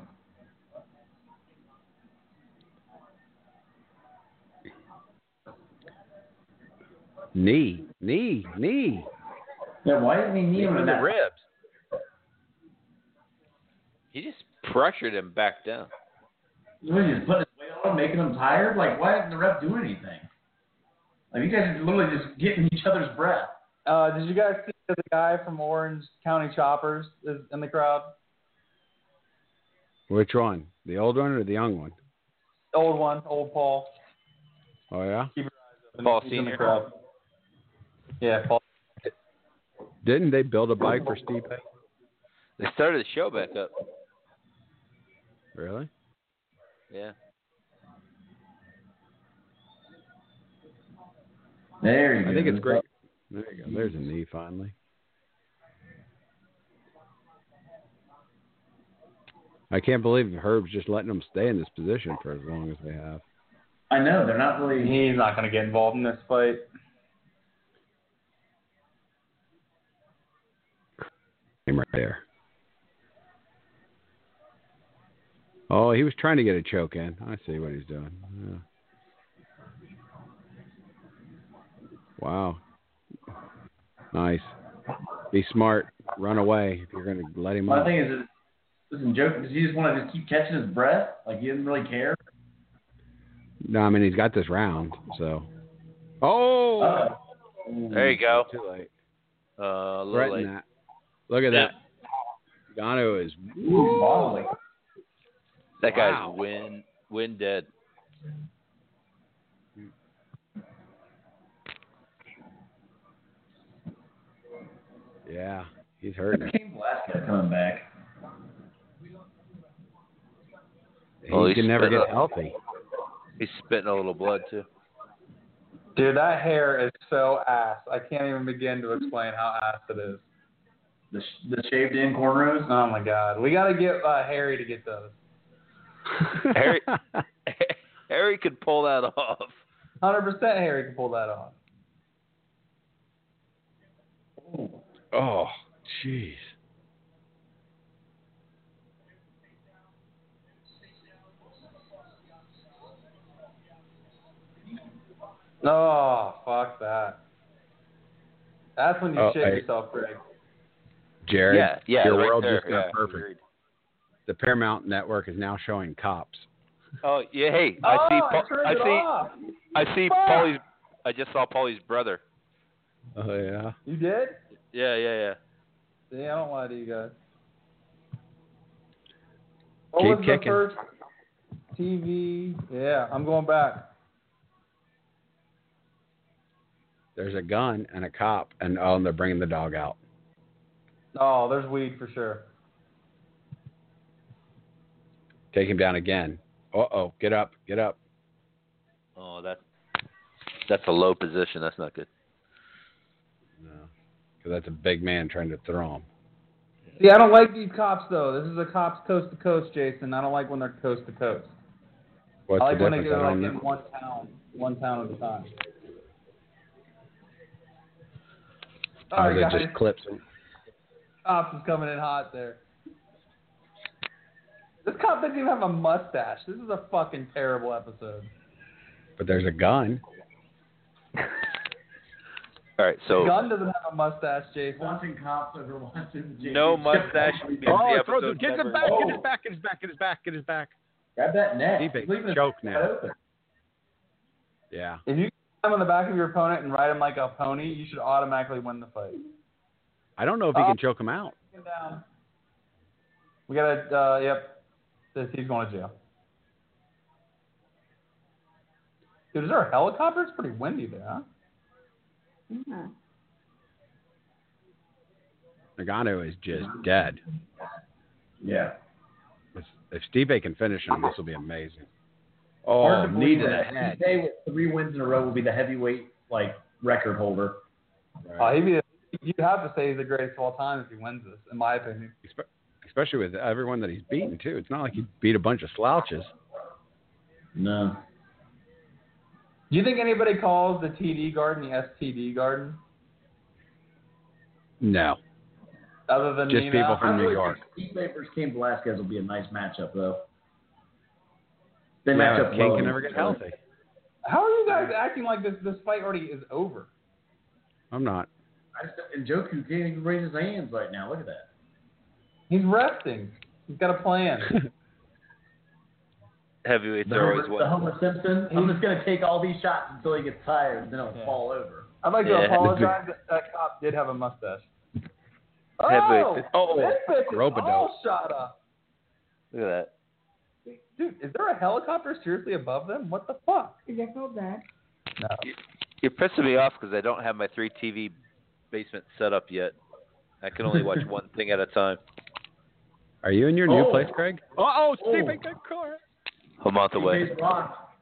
[SPEAKER 3] Knee, knee, knee.
[SPEAKER 7] Yeah, why didn't he knee him in
[SPEAKER 8] Even the
[SPEAKER 7] that?
[SPEAKER 8] ribs. He just pressured him back down.
[SPEAKER 7] What, he just putting his weight on him, making him tired? Like, why didn't the ref do anything? Like, you guys are literally just getting each other's breath.
[SPEAKER 4] Uh, did you guys see the guy from Orange County Choppers is in the crowd?
[SPEAKER 3] Which one? The old one or the young one?
[SPEAKER 4] Old one, old Paul.
[SPEAKER 3] Oh yeah.
[SPEAKER 8] Paul
[SPEAKER 4] He's in the
[SPEAKER 8] Senior.
[SPEAKER 4] crowd. Yeah, Paul.
[SPEAKER 3] Didn't they build a bike for Stipe?
[SPEAKER 8] They started the show back up.
[SPEAKER 3] Really?
[SPEAKER 8] Yeah.
[SPEAKER 7] There you go.
[SPEAKER 3] I think it's great. There you go. There's a knee finally. I can't believe Herb's just letting them stay in this position for as long as they have.
[SPEAKER 7] I know, they're not really.
[SPEAKER 4] He's not gonna get involved in this fight.
[SPEAKER 3] Him right there. Oh, he was trying to get a choke in. I see what he's doing. Yeah. Wow. Nice. Be smart. Run away if you're going to let him
[SPEAKER 7] My
[SPEAKER 3] up.
[SPEAKER 7] thing is, is listen, joke. Does he just want to just keep catching his breath? Like he doesn't really care.
[SPEAKER 3] No, I mean he's got this round, so. Oh,
[SPEAKER 7] Uh,
[SPEAKER 8] There you go.
[SPEAKER 3] Mm, too late.
[SPEAKER 8] Uh, a little
[SPEAKER 3] Threaten
[SPEAKER 8] late.
[SPEAKER 3] that. Look at
[SPEAKER 8] Yeah.
[SPEAKER 3] that. Gano is.
[SPEAKER 7] bodily.
[SPEAKER 8] That
[SPEAKER 3] Wow.
[SPEAKER 8] guy's win win dead.
[SPEAKER 3] Yeah, he's hurting.
[SPEAKER 7] Cain Velasquez coming back.
[SPEAKER 8] Well,
[SPEAKER 3] he
[SPEAKER 8] he's
[SPEAKER 3] can never
[SPEAKER 8] spit
[SPEAKER 3] get
[SPEAKER 8] up.
[SPEAKER 3] healthy.
[SPEAKER 8] He's spitting a little blood too.
[SPEAKER 4] Dude, that hair is so ass. I can't even begin to explain how ass it is.
[SPEAKER 7] The, sh- the shaved in cornrows.
[SPEAKER 4] Oh my god, we gotta get uh, Harry to get those.
[SPEAKER 8] Harry- Harry could pull that off.
[SPEAKER 4] Hundred percent, Harry can pull that off.
[SPEAKER 3] oh, jeez.
[SPEAKER 4] Oh, fuck that. That's when you
[SPEAKER 3] Oh,
[SPEAKER 4] shit
[SPEAKER 3] I-
[SPEAKER 4] yourself, Greg.
[SPEAKER 3] Jerry,
[SPEAKER 8] yeah, yeah.
[SPEAKER 3] your
[SPEAKER 8] right
[SPEAKER 3] world
[SPEAKER 8] there,
[SPEAKER 3] just got
[SPEAKER 8] yeah,
[SPEAKER 3] perfect.
[SPEAKER 8] agreed.
[SPEAKER 3] The Paramount Network is now showing cops.
[SPEAKER 8] Oh yeah, hey, I
[SPEAKER 4] oh,
[SPEAKER 8] see.
[SPEAKER 4] I
[SPEAKER 8] Pa-
[SPEAKER 4] turned
[SPEAKER 8] I
[SPEAKER 4] it
[SPEAKER 8] see.
[SPEAKER 4] off.
[SPEAKER 8] I see.
[SPEAKER 4] Fuck.
[SPEAKER 8] Paulie's. I just saw Paulie's brother.
[SPEAKER 3] Oh yeah.
[SPEAKER 4] You did?
[SPEAKER 8] Yeah, yeah, yeah.
[SPEAKER 4] See, I don't lie to you guys. What
[SPEAKER 3] Keep
[SPEAKER 4] was the
[SPEAKER 3] kicking.
[SPEAKER 4] first TV? Yeah, I'm going back.
[SPEAKER 3] There's a gun and a cop, and oh, and they're bringing the dog out.
[SPEAKER 4] Oh, there's weed for sure.
[SPEAKER 3] Take him down again. Uh oh, get up, get up.
[SPEAKER 8] Oh, that. That's a low position. That's not good.
[SPEAKER 3] Because that's a big man trying to throw him.
[SPEAKER 4] See, I don't like these cops though. This is a cops coast to coast, Jason. I don't like when they're coast to coast.
[SPEAKER 3] What's
[SPEAKER 4] I like
[SPEAKER 3] the
[SPEAKER 4] when they
[SPEAKER 3] difference?
[SPEAKER 4] go
[SPEAKER 3] I
[SPEAKER 4] like
[SPEAKER 3] don't
[SPEAKER 4] in
[SPEAKER 3] know.
[SPEAKER 4] one town, one town at a time. All
[SPEAKER 3] Oh,
[SPEAKER 4] right,
[SPEAKER 3] they're
[SPEAKER 4] guys,
[SPEAKER 3] just clips. him.
[SPEAKER 4] cops is coming in hot there. This cop doesn't even have a mustache. This is a fucking terrible episode.
[SPEAKER 3] But there's a gun.
[SPEAKER 8] All right, so
[SPEAKER 4] Gun doesn't have a mustache, Jason.
[SPEAKER 7] Watching cops over watching.
[SPEAKER 8] no mustache. is the
[SPEAKER 7] Oh,
[SPEAKER 3] it throws
[SPEAKER 8] episode
[SPEAKER 3] him. Get
[SPEAKER 8] number.
[SPEAKER 3] his back, get
[SPEAKER 7] Oh.
[SPEAKER 3] his back, get his back, get his back, get his back.
[SPEAKER 7] Grab that neck.
[SPEAKER 3] Deep big
[SPEAKER 7] Leaving his
[SPEAKER 3] choke
[SPEAKER 7] neck
[SPEAKER 3] now.
[SPEAKER 7] open.
[SPEAKER 3] Yeah.
[SPEAKER 4] If you climb on the back of your opponent and ride him like a pony, you should automatically win the fight.
[SPEAKER 3] I don't know if he
[SPEAKER 4] Oh.
[SPEAKER 3] can choke him out.
[SPEAKER 4] Down. We gotta. Uh, yep. This he's going to jail. Dude, is there a helicopter? It's pretty windy there, huh?
[SPEAKER 6] Yeah.
[SPEAKER 3] Nagano is just dead.
[SPEAKER 7] Yeah.
[SPEAKER 3] If, if Steve can finish him, this will be amazing.
[SPEAKER 7] Hard
[SPEAKER 3] Oh,
[SPEAKER 7] to
[SPEAKER 3] knee
[SPEAKER 7] believe
[SPEAKER 3] to the
[SPEAKER 7] that
[SPEAKER 3] head.
[SPEAKER 7] Stipe with three wins in a row will be the heavyweight like record holder. Oh,
[SPEAKER 4] Uh, he'd be. You'd have to say he's the greatest of all time if he wins this, in my opinion.
[SPEAKER 3] Espe- Especially with everyone that he's beaten too. It's not like he beat a bunch of slouches.
[SPEAKER 7] No.
[SPEAKER 4] Do you think anybody calls the TD garden the STD garden,
[SPEAKER 3] No,
[SPEAKER 4] other than
[SPEAKER 3] just
[SPEAKER 4] me
[SPEAKER 3] people
[SPEAKER 4] now?
[SPEAKER 3] from New York.
[SPEAKER 7] Stipe versus Cain Velasquez will be a nice matchup though. They match
[SPEAKER 3] Yeah,
[SPEAKER 7] up.
[SPEAKER 3] King
[SPEAKER 7] well.
[SPEAKER 3] can never get healthy.
[SPEAKER 4] How are you guys acting like this? This fight already is over.
[SPEAKER 3] I'm not.
[SPEAKER 7] I just, and Joku can't even raise his hands right now. Look at that.
[SPEAKER 4] He's resting. He's got a plan.
[SPEAKER 8] Heavyweights
[SPEAKER 7] The
[SPEAKER 8] are always
[SPEAKER 7] Homer, the
[SPEAKER 8] what?
[SPEAKER 7] Homer Simpson. I'm just gonna take all these shots until he gets tired, and then I'll fall over.
[SPEAKER 4] I'd like
[SPEAKER 8] Yeah.
[SPEAKER 4] to apologize that that cop did have a mustache. Oh,
[SPEAKER 8] Heavyweights. Oh,
[SPEAKER 4] this bitch is
[SPEAKER 3] Robidoux.
[SPEAKER 4] all shot up.
[SPEAKER 8] look at that.
[SPEAKER 4] Dude, is there a helicopter seriously above them? What the fuck?
[SPEAKER 6] Is that called that?
[SPEAKER 8] You're pissing me off because I don't have my three TV basement set up yet. I can only watch one thing at a time.
[SPEAKER 3] Are you in your new
[SPEAKER 7] Oh.
[SPEAKER 3] place, Craig? Oh,
[SPEAKER 7] Oh. Stipe
[SPEAKER 3] car.
[SPEAKER 8] A month away.
[SPEAKER 7] Stipe's blocked.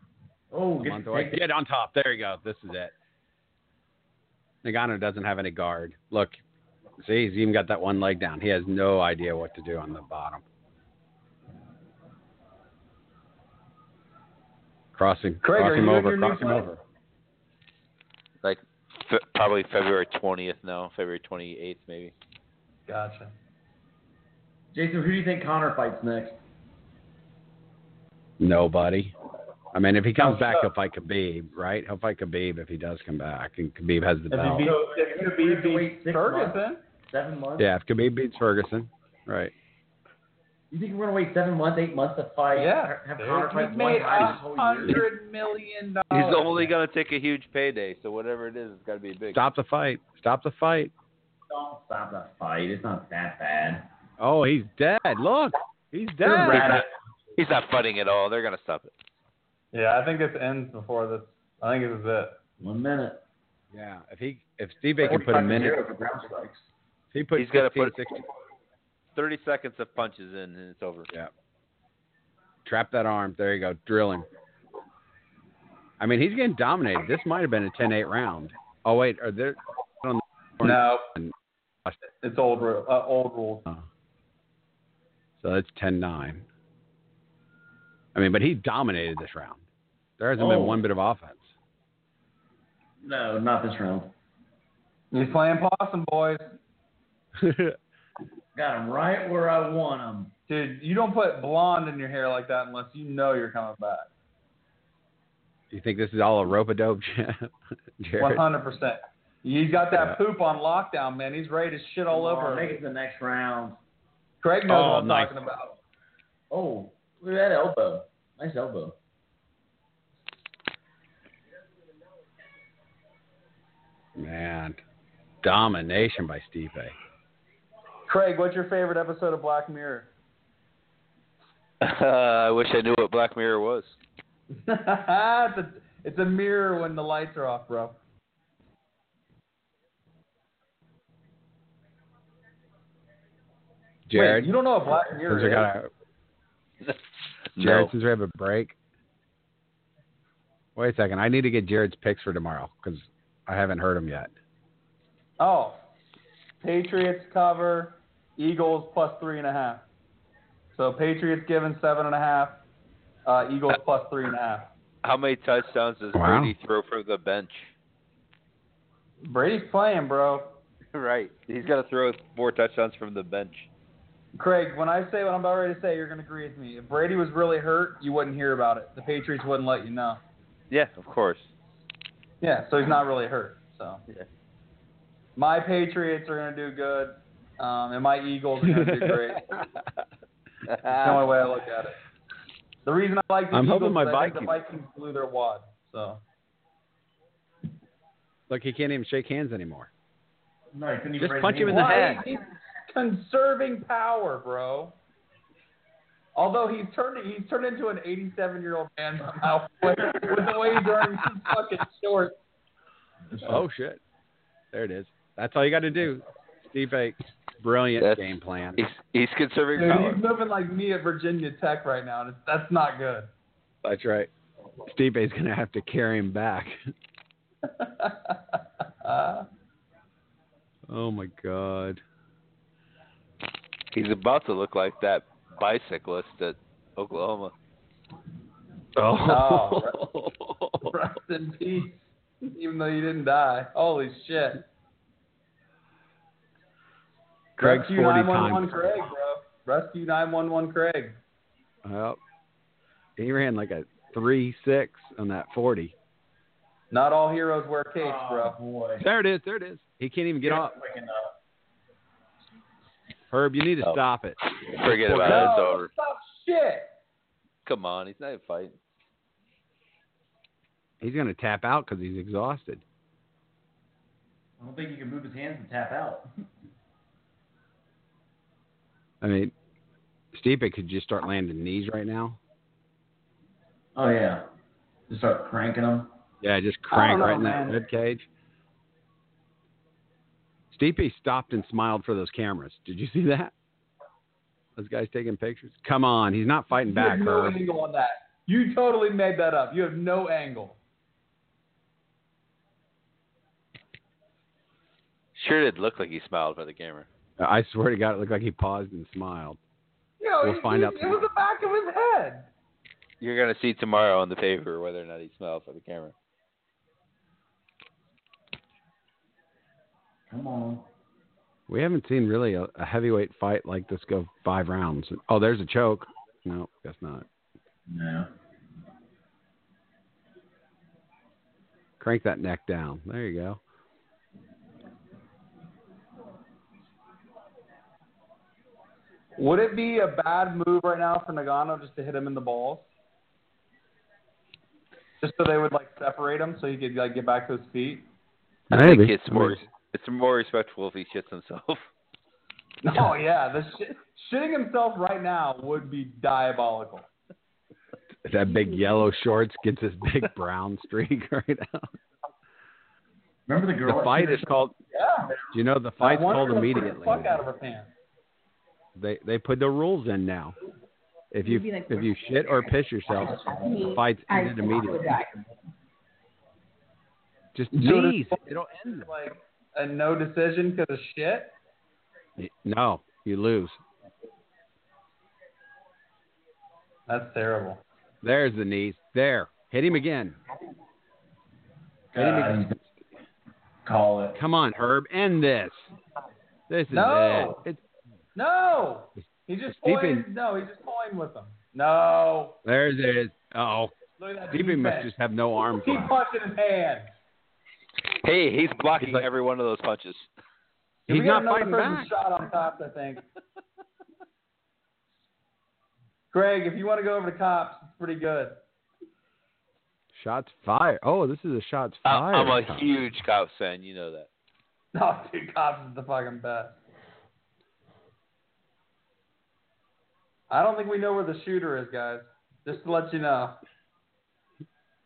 [SPEAKER 7] Oh, get, take
[SPEAKER 3] Get on top. There you go. This is it. Nagano doesn't have any guard. Look, see, he's even got that one leg down. He has no idea what to do on the bottom. Crossing,
[SPEAKER 4] Craig,
[SPEAKER 3] cross
[SPEAKER 4] are
[SPEAKER 3] him
[SPEAKER 4] you in
[SPEAKER 3] over,
[SPEAKER 4] your new
[SPEAKER 3] cross him
[SPEAKER 4] place?
[SPEAKER 3] over.
[SPEAKER 8] Like fe- probably February 20th now, February 28th maybe.
[SPEAKER 4] Gotcha.
[SPEAKER 7] Jason, who do you think Connor fights next?
[SPEAKER 3] Nobody. I mean, if he comes back,
[SPEAKER 4] Oh,
[SPEAKER 3] he'll
[SPEAKER 4] shut
[SPEAKER 3] fight Khabib, right? He'll fight Khabib if he does come back, and Khabib has the
[SPEAKER 7] If he
[SPEAKER 3] belt.
[SPEAKER 7] beat-
[SPEAKER 4] So, it's
[SPEAKER 7] if
[SPEAKER 4] gonna
[SPEAKER 7] you
[SPEAKER 4] be
[SPEAKER 7] have to wait
[SPEAKER 4] be
[SPEAKER 7] six
[SPEAKER 4] Ferguson.
[SPEAKER 7] Seven months.
[SPEAKER 3] Yeah, if Khabib beats Ferguson, right?
[SPEAKER 7] You think we're gonna wait seven months, eight months to fight?
[SPEAKER 4] Yeah.
[SPEAKER 7] Have
[SPEAKER 4] dude.
[SPEAKER 7] Connor fight
[SPEAKER 4] He's
[SPEAKER 7] one
[SPEAKER 4] made
[SPEAKER 7] guy
[SPEAKER 4] a
[SPEAKER 7] this whole year?
[SPEAKER 4] hundred million dollars.
[SPEAKER 8] He's
[SPEAKER 3] Oh,
[SPEAKER 8] only gonna take a huge payday, so whatever it is, it's gotta be big.
[SPEAKER 3] Stop the fight. Stop the fight.
[SPEAKER 7] Don't stop the fight. It's not that bad.
[SPEAKER 3] Oh, he's dead. Look, he's dead.
[SPEAKER 8] He's not, he's not fighting at all. They're gonna stop it.
[SPEAKER 4] Yeah, I think this ends before this. I think this is it.
[SPEAKER 7] One minute.
[SPEAKER 3] Yeah, if he if Steve can put a
[SPEAKER 7] 45
[SPEAKER 3] minute,
[SPEAKER 7] for ground strikes.
[SPEAKER 3] if he puts
[SPEAKER 8] He's gotta
[SPEAKER 3] 15,
[SPEAKER 8] put-
[SPEAKER 3] 16
[SPEAKER 8] 30 seconds of punches in and it's over.
[SPEAKER 3] trap that arm. There you go, drill him. I mean, he's getting dominated. This might have been a 10-8 round. Oh wait, are there? On the
[SPEAKER 4] No, it's old rule. Uh, old rules.
[SPEAKER 3] So that's 10-9. I mean, but he dominated this round. There hasn't
[SPEAKER 7] Oh.
[SPEAKER 3] been one bit of offense.
[SPEAKER 7] No, not this round.
[SPEAKER 4] He's playing possum, boys.
[SPEAKER 7] Got him right where I want him.
[SPEAKER 4] Dude, you don't put blonde in your hair like that unless you know you're coming back.
[SPEAKER 3] You think this is all a rope a dope,
[SPEAKER 4] One
[SPEAKER 3] Jared?
[SPEAKER 4] hundred percent. He's got that
[SPEAKER 3] Yeah.
[SPEAKER 4] poop on lockdown, man. He's ready to shit all over.
[SPEAKER 7] Make it to the next round.
[SPEAKER 4] Craig knows
[SPEAKER 3] Oh,
[SPEAKER 4] what I'm
[SPEAKER 3] nice.
[SPEAKER 4] talking about.
[SPEAKER 7] Oh, look at that elbow. Nice elbow.
[SPEAKER 3] Man, domination by Stipe.
[SPEAKER 4] Craig, what's your favorite episode of Black Mirror?
[SPEAKER 8] I wish I knew what Black Mirror was.
[SPEAKER 4] it's, a, it's a mirror when the lights are off, bro.
[SPEAKER 3] Jared,
[SPEAKER 4] Wait, you don't know what Black Mirror
[SPEAKER 3] since we
[SPEAKER 4] is?
[SPEAKER 3] got a, Jared,
[SPEAKER 8] No.
[SPEAKER 3] since we have a break. Wait a second. I need to get Jared's picks for tomorrow because I haven't heard him yet.
[SPEAKER 4] Oh, Patriots cover, Eagles plus three and a half. So Patriots given seven and a half, uh, Eagles plus three and a half.
[SPEAKER 8] How many touchdowns does
[SPEAKER 3] Wow.
[SPEAKER 8] Brady throw from the bench?
[SPEAKER 4] Brady's playing, bro.
[SPEAKER 8] Right. He's got to throw four touchdowns from the bench.
[SPEAKER 4] Craig, when I say what I'm about ready to say, you're going to agree with me. If Brady was really hurt, you wouldn't hear about it. The Patriots wouldn't let you know.
[SPEAKER 8] Yeah, of course.
[SPEAKER 4] Yeah, so he's not really hurt. So
[SPEAKER 8] Yeah.
[SPEAKER 4] my Patriots are going to do good, um, and my Eagles are going to do great. That's the only way I look at it. The reason I like the
[SPEAKER 3] I'm
[SPEAKER 4] Eagles
[SPEAKER 3] hoping my
[SPEAKER 4] is I think the
[SPEAKER 3] Vikings-
[SPEAKER 4] Vikings blew their wad. So
[SPEAKER 3] Look, he can't even shake hands anymore.
[SPEAKER 7] No, he couldn't even
[SPEAKER 3] Just
[SPEAKER 7] raise
[SPEAKER 3] punch
[SPEAKER 7] his
[SPEAKER 3] him in the
[SPEAKER 7] hand.
[SPEAKER 3] head.
[SPEAKER 4] Why? He's conserving power, bro. Although he's turned he's turned into an 87 year old man somehow with, with the way he's wearing these fucking shorts.
[SPEAKER 3] Oh shit! There it is. That's all you got to do. Stipe, brilliant
[SPEAKER 8] That's-
[SPEAKER 3] game plan.
[SPEAKER 8] He's, he's conserving
[SPEAKER 4] Dude,
[SPEAKER 8] power.
[SPEAKER 4] he's moving like me at Virginia Tech right now, and it's, that's not good.
[SPEAKER 3] That's right. Stipe's gonna have to carry him back. Oh my god.
[SPEAKER 8] He's about to look like that bicyclist at Oklahoma.
[SPEAKER 4] Oh, Rest in peace. Even though you didn't die. Holy shit.
[SPEAKER 3] Craig's
[SPEAKER 4] Rescue
[SPEAKER 3] 40
[SPEAKER 4] 911
[SPEAKER 3] times.
[SPEAKER 4] Craig, bro. Rescue 911 Craig.
[SPEAKER 3] Yep. He ran like a three six on that forty.
[SPEAKER 4] Not all heroes wear capes,
[SPEAKER 7] Oh,
[SPEAKER 4] bro.
[SPEAKER 7] boy.
[SPEAKER 3] There it is. There it is. He can't even get up.
[SPEAKER 7] Waking up.
[SPEAKER 3] Herb, you need to
[SPEAKER 8] Oh.
[SPEAKER 3] stop it.
[SPEAKER 8] Forget about it. It's
[SPEAKER 4] No,
[SPEAKER 8] over.
[SPEAKER 4] Oh, stop shit.
[SPEAKER 8] Come on. He's not even fighting.
[SPEAKER 3] He's gonna tap out because he's exhausted.
[SPEAKER 7] I don't think he can move his hands and tap out.
[SPEAKER 3] I mean, Stipe could just start landing knees right now.
[SPEAKER 7] Oh yeah. Just start cranking him.
[SPEAKER 3] Yeah, just crank
[SPEAKER 4] know,
[SPEAKER 3] right in that
[SPEAKER 4] man.
[SPEAKER 3] rib cage. Steepy stopped and smiled for those cameras. Did you see that? Those guys taking pictures. Come on, he's not fighting back.
[SPEAKER 4] you have no
[SPEAKER 3] Herb.
[SPEAKER 4] angle on that. You totally made that up. You have no angle.
[SPEAKER 8] Sure did look like he smiled by the camera.
[SPEAKER 3] I swear to God, it looked like he paused and smiled.
[SPEAKER 4] No,
[SPEAKER 3] We'll
[SPEAKER 4] it,
[SPEAKER 3] find
[SPEAKER 4] it-
[SPEAKER 3] out
[SPEAKER 4] it was the back of his head.
[SPEAKER 8] You're going to see tomorrow on the paper whether or not he smiled by the camera.
[SPEAKER 7] Come on.
[SPEAKER 3] We haven't seen really a, a heavyweight fight like this go five rounds. Oh, there's a choke. No, guess not.
[SPEAKER 7] No.
[SPEAKER 3] Crank that neck down. There you go.
[SPEAKER 4] Would it be a bad move right now for Nagano just to hit him in the balls? Just so they would like separate him so he could like get back to his feet.
[SPEAKER 8] I
[SPEAKER 3] Maybe.
[SPEAKER 8] think it's
[SPEAKER 3] I mean,
[SPEAKER 8] more it's more respectful if he shits himself.
[SPEAKER 4] Oh yeah, the sh- shitting himself right now would be diabolical.
[SPEAKER 3] that big yellow shorts gets this big brown streak right now.
[SPEAKER 7] Remember the girl?
[SPEAKER 3] The
[SPEAKER 7] that
[SPEAKER 3] fight
[SPEAKER 7] shit
[SPEAKER 3] is called.
[SPEAKER 4] Yeah,
[SPEAKER 3] You know, the
[SPEAKER 4] I
[SPEAKER 3] fight's
[SPEAKER 4] wonder
[SPEAKER 3] called
[SPEAKER 4] if he
[SPEAKER 3] immediately.
[SPEAKER 4] Fuck out of her pants.
[SPEAKER 3] They they put the rules in now. If you
[SPEAKER 6] You'd be like,
[SPEAKER 3] if you shit or piss yourself, the fight's
[SPEAKER 6] I
[SPEAKER 3] ended immediately. Just
[SPEAKER 4] So does-
[SPEAKER 3] knees. It'll end.
[SPEAKER 4] Like a no decision because of shit.
[SPEAKER 3] them. No, you lose.
[SPEAKER 4] That's terrible.
[SPEAKER 3] There's the knees. There. Hit him again. Hit him
[SPEAKER 7] God,
[SPEAKER 3] again.
[SPEAKER 7] Call it.
[SPEAKER 3] Come on, Herb. End this. This is
[SPEAKER 4] No.
[SPEAKER 3] it. It's,
[SPEAKER 4] No, he's just
[SPEAKER 3] Stipe-
[SPEAKER 4] toying. No, he's just toying with them. No,
[SPEAKER 3] there's it. Oh,
[SPEAKER 2] Look at that.
[SPEAKER 3] DB must just have no arm.
[SPEAKER 2] Keep punching his hand.
[SPEAKER 8] Hey, he's blocking
[SPEAKER 3] He's like-
[SPEAKER 8] every one of those punches.
[SPEAKER 4] Yeah,
[SPEAKER 3] He's
[SPEAKER 4] we got
[SPEAKER 3] not
[SPEAKER 4] another
[SPEAKER 3] fighting
[SPEAKER 4] person
[SPEAKER 3] back.
[SPEAKER 4] shot on top, I think. Greg, if you want to go over to cops, it's pretty good.
[SPEAKER 3] Shots fired. Oh, this is a shots
[SPEAKER 8] I-
[SPEAKER 3] fired.
[SPEAKER 8] Uh, I'm a
[SPEAKER 3] cop.
[SPEAKER 8] huge Cops fan. You know that.
[SPEAKER 4] No, dude, cops is the fucking best. I don't think we know where the shooter is, guys. Just to let you know.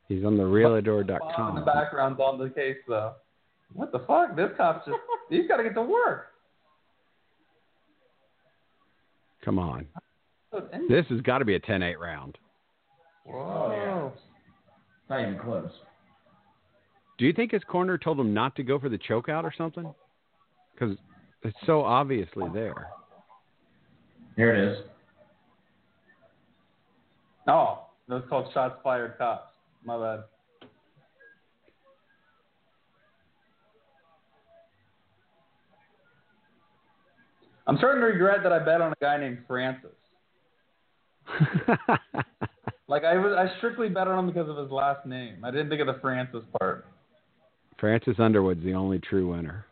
[SPEAKER 3] He's on the
[SPEAKER 4] Bob in the
[SPEAKER 3] realador.com.
[SPEAKER 4] background's on the case, though. What the fuck? This cop's just. he's got to get to work.
[SPEAKER 3] Come on.
[SPEAKER 4] Whoa.
[SPEAKER 3] This has got to be a 10 8 round.
[SPEAKER 7] Oh, Not even close.
[SPEAKER 3] Do you think his corner told him not to go for the chokeout or something? Because it's so obviously there.
[SPEAKER 7] Here it is.
[SPEAKER 4] Oh, those called shots fired cops. My bad. I'm starting to regret that I bet on a guy named Francis. Like I was, I strictly bet on him because of his last name. I didn't think of the Francis part.
[SPEAKER 3] Francis Underwood's the only true winner.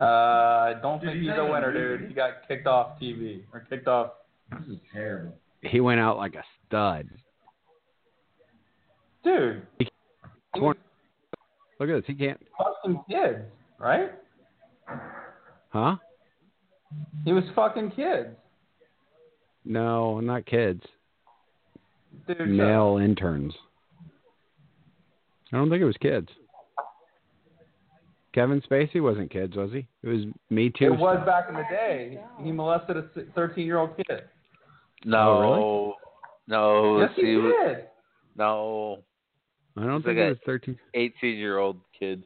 [SPEAKER 4] Uh, I don't think
[SPEAKER 7] he
[SPEAKER 4] he's
[SPEAKER 7] not
[SPEAKER 4] a
[SPEAKER 7] even
[SPEAKER 4] winner,
[SPEAKER 7] lose?
[SPEAKER 4] dude. He got kicked off TV or kicked off.
[SPEAKER 7] This is terrible.
[SPEAKER 3] He went out like a stud.
[SPEAKER 4] Dude, he was
[SPEAKER 3] Look at this. He can't.
[SPEAKER 4] fucking kids, right?
[SPEAKER 3] Huh?
[SPEAKER 4] He was fucking kids,
[SPEAKER 3] No, not kids.
[SPEAKER 4] dude. shut up.
[SPEAKER 3] Male interns. I don't think it was kids. Kevin Spacey wasn't kids, was he? It was Me Too.
[SPEAKER 4] It was
[SPEAKER 3] stuff.
[SPEAKER 4] back in the day. He molested a 13 year old kid.
[SPEAKER 8] No. No.
[SPEAKER 4] Yes, he
[SPEAKER 8] see,
[SPEAKER 4] did.
[SPEAKER 8] No.
[SPEAKER 3] I don't
[SPEAKER 8] It's
[SPEAKER 3] think
[SPEAKER 8] like
[SPEAKER 3] it
[SPEAKER 8] a-
[SPEAKER 3] was 13.
[SPEAKER 8] 18 year old kid.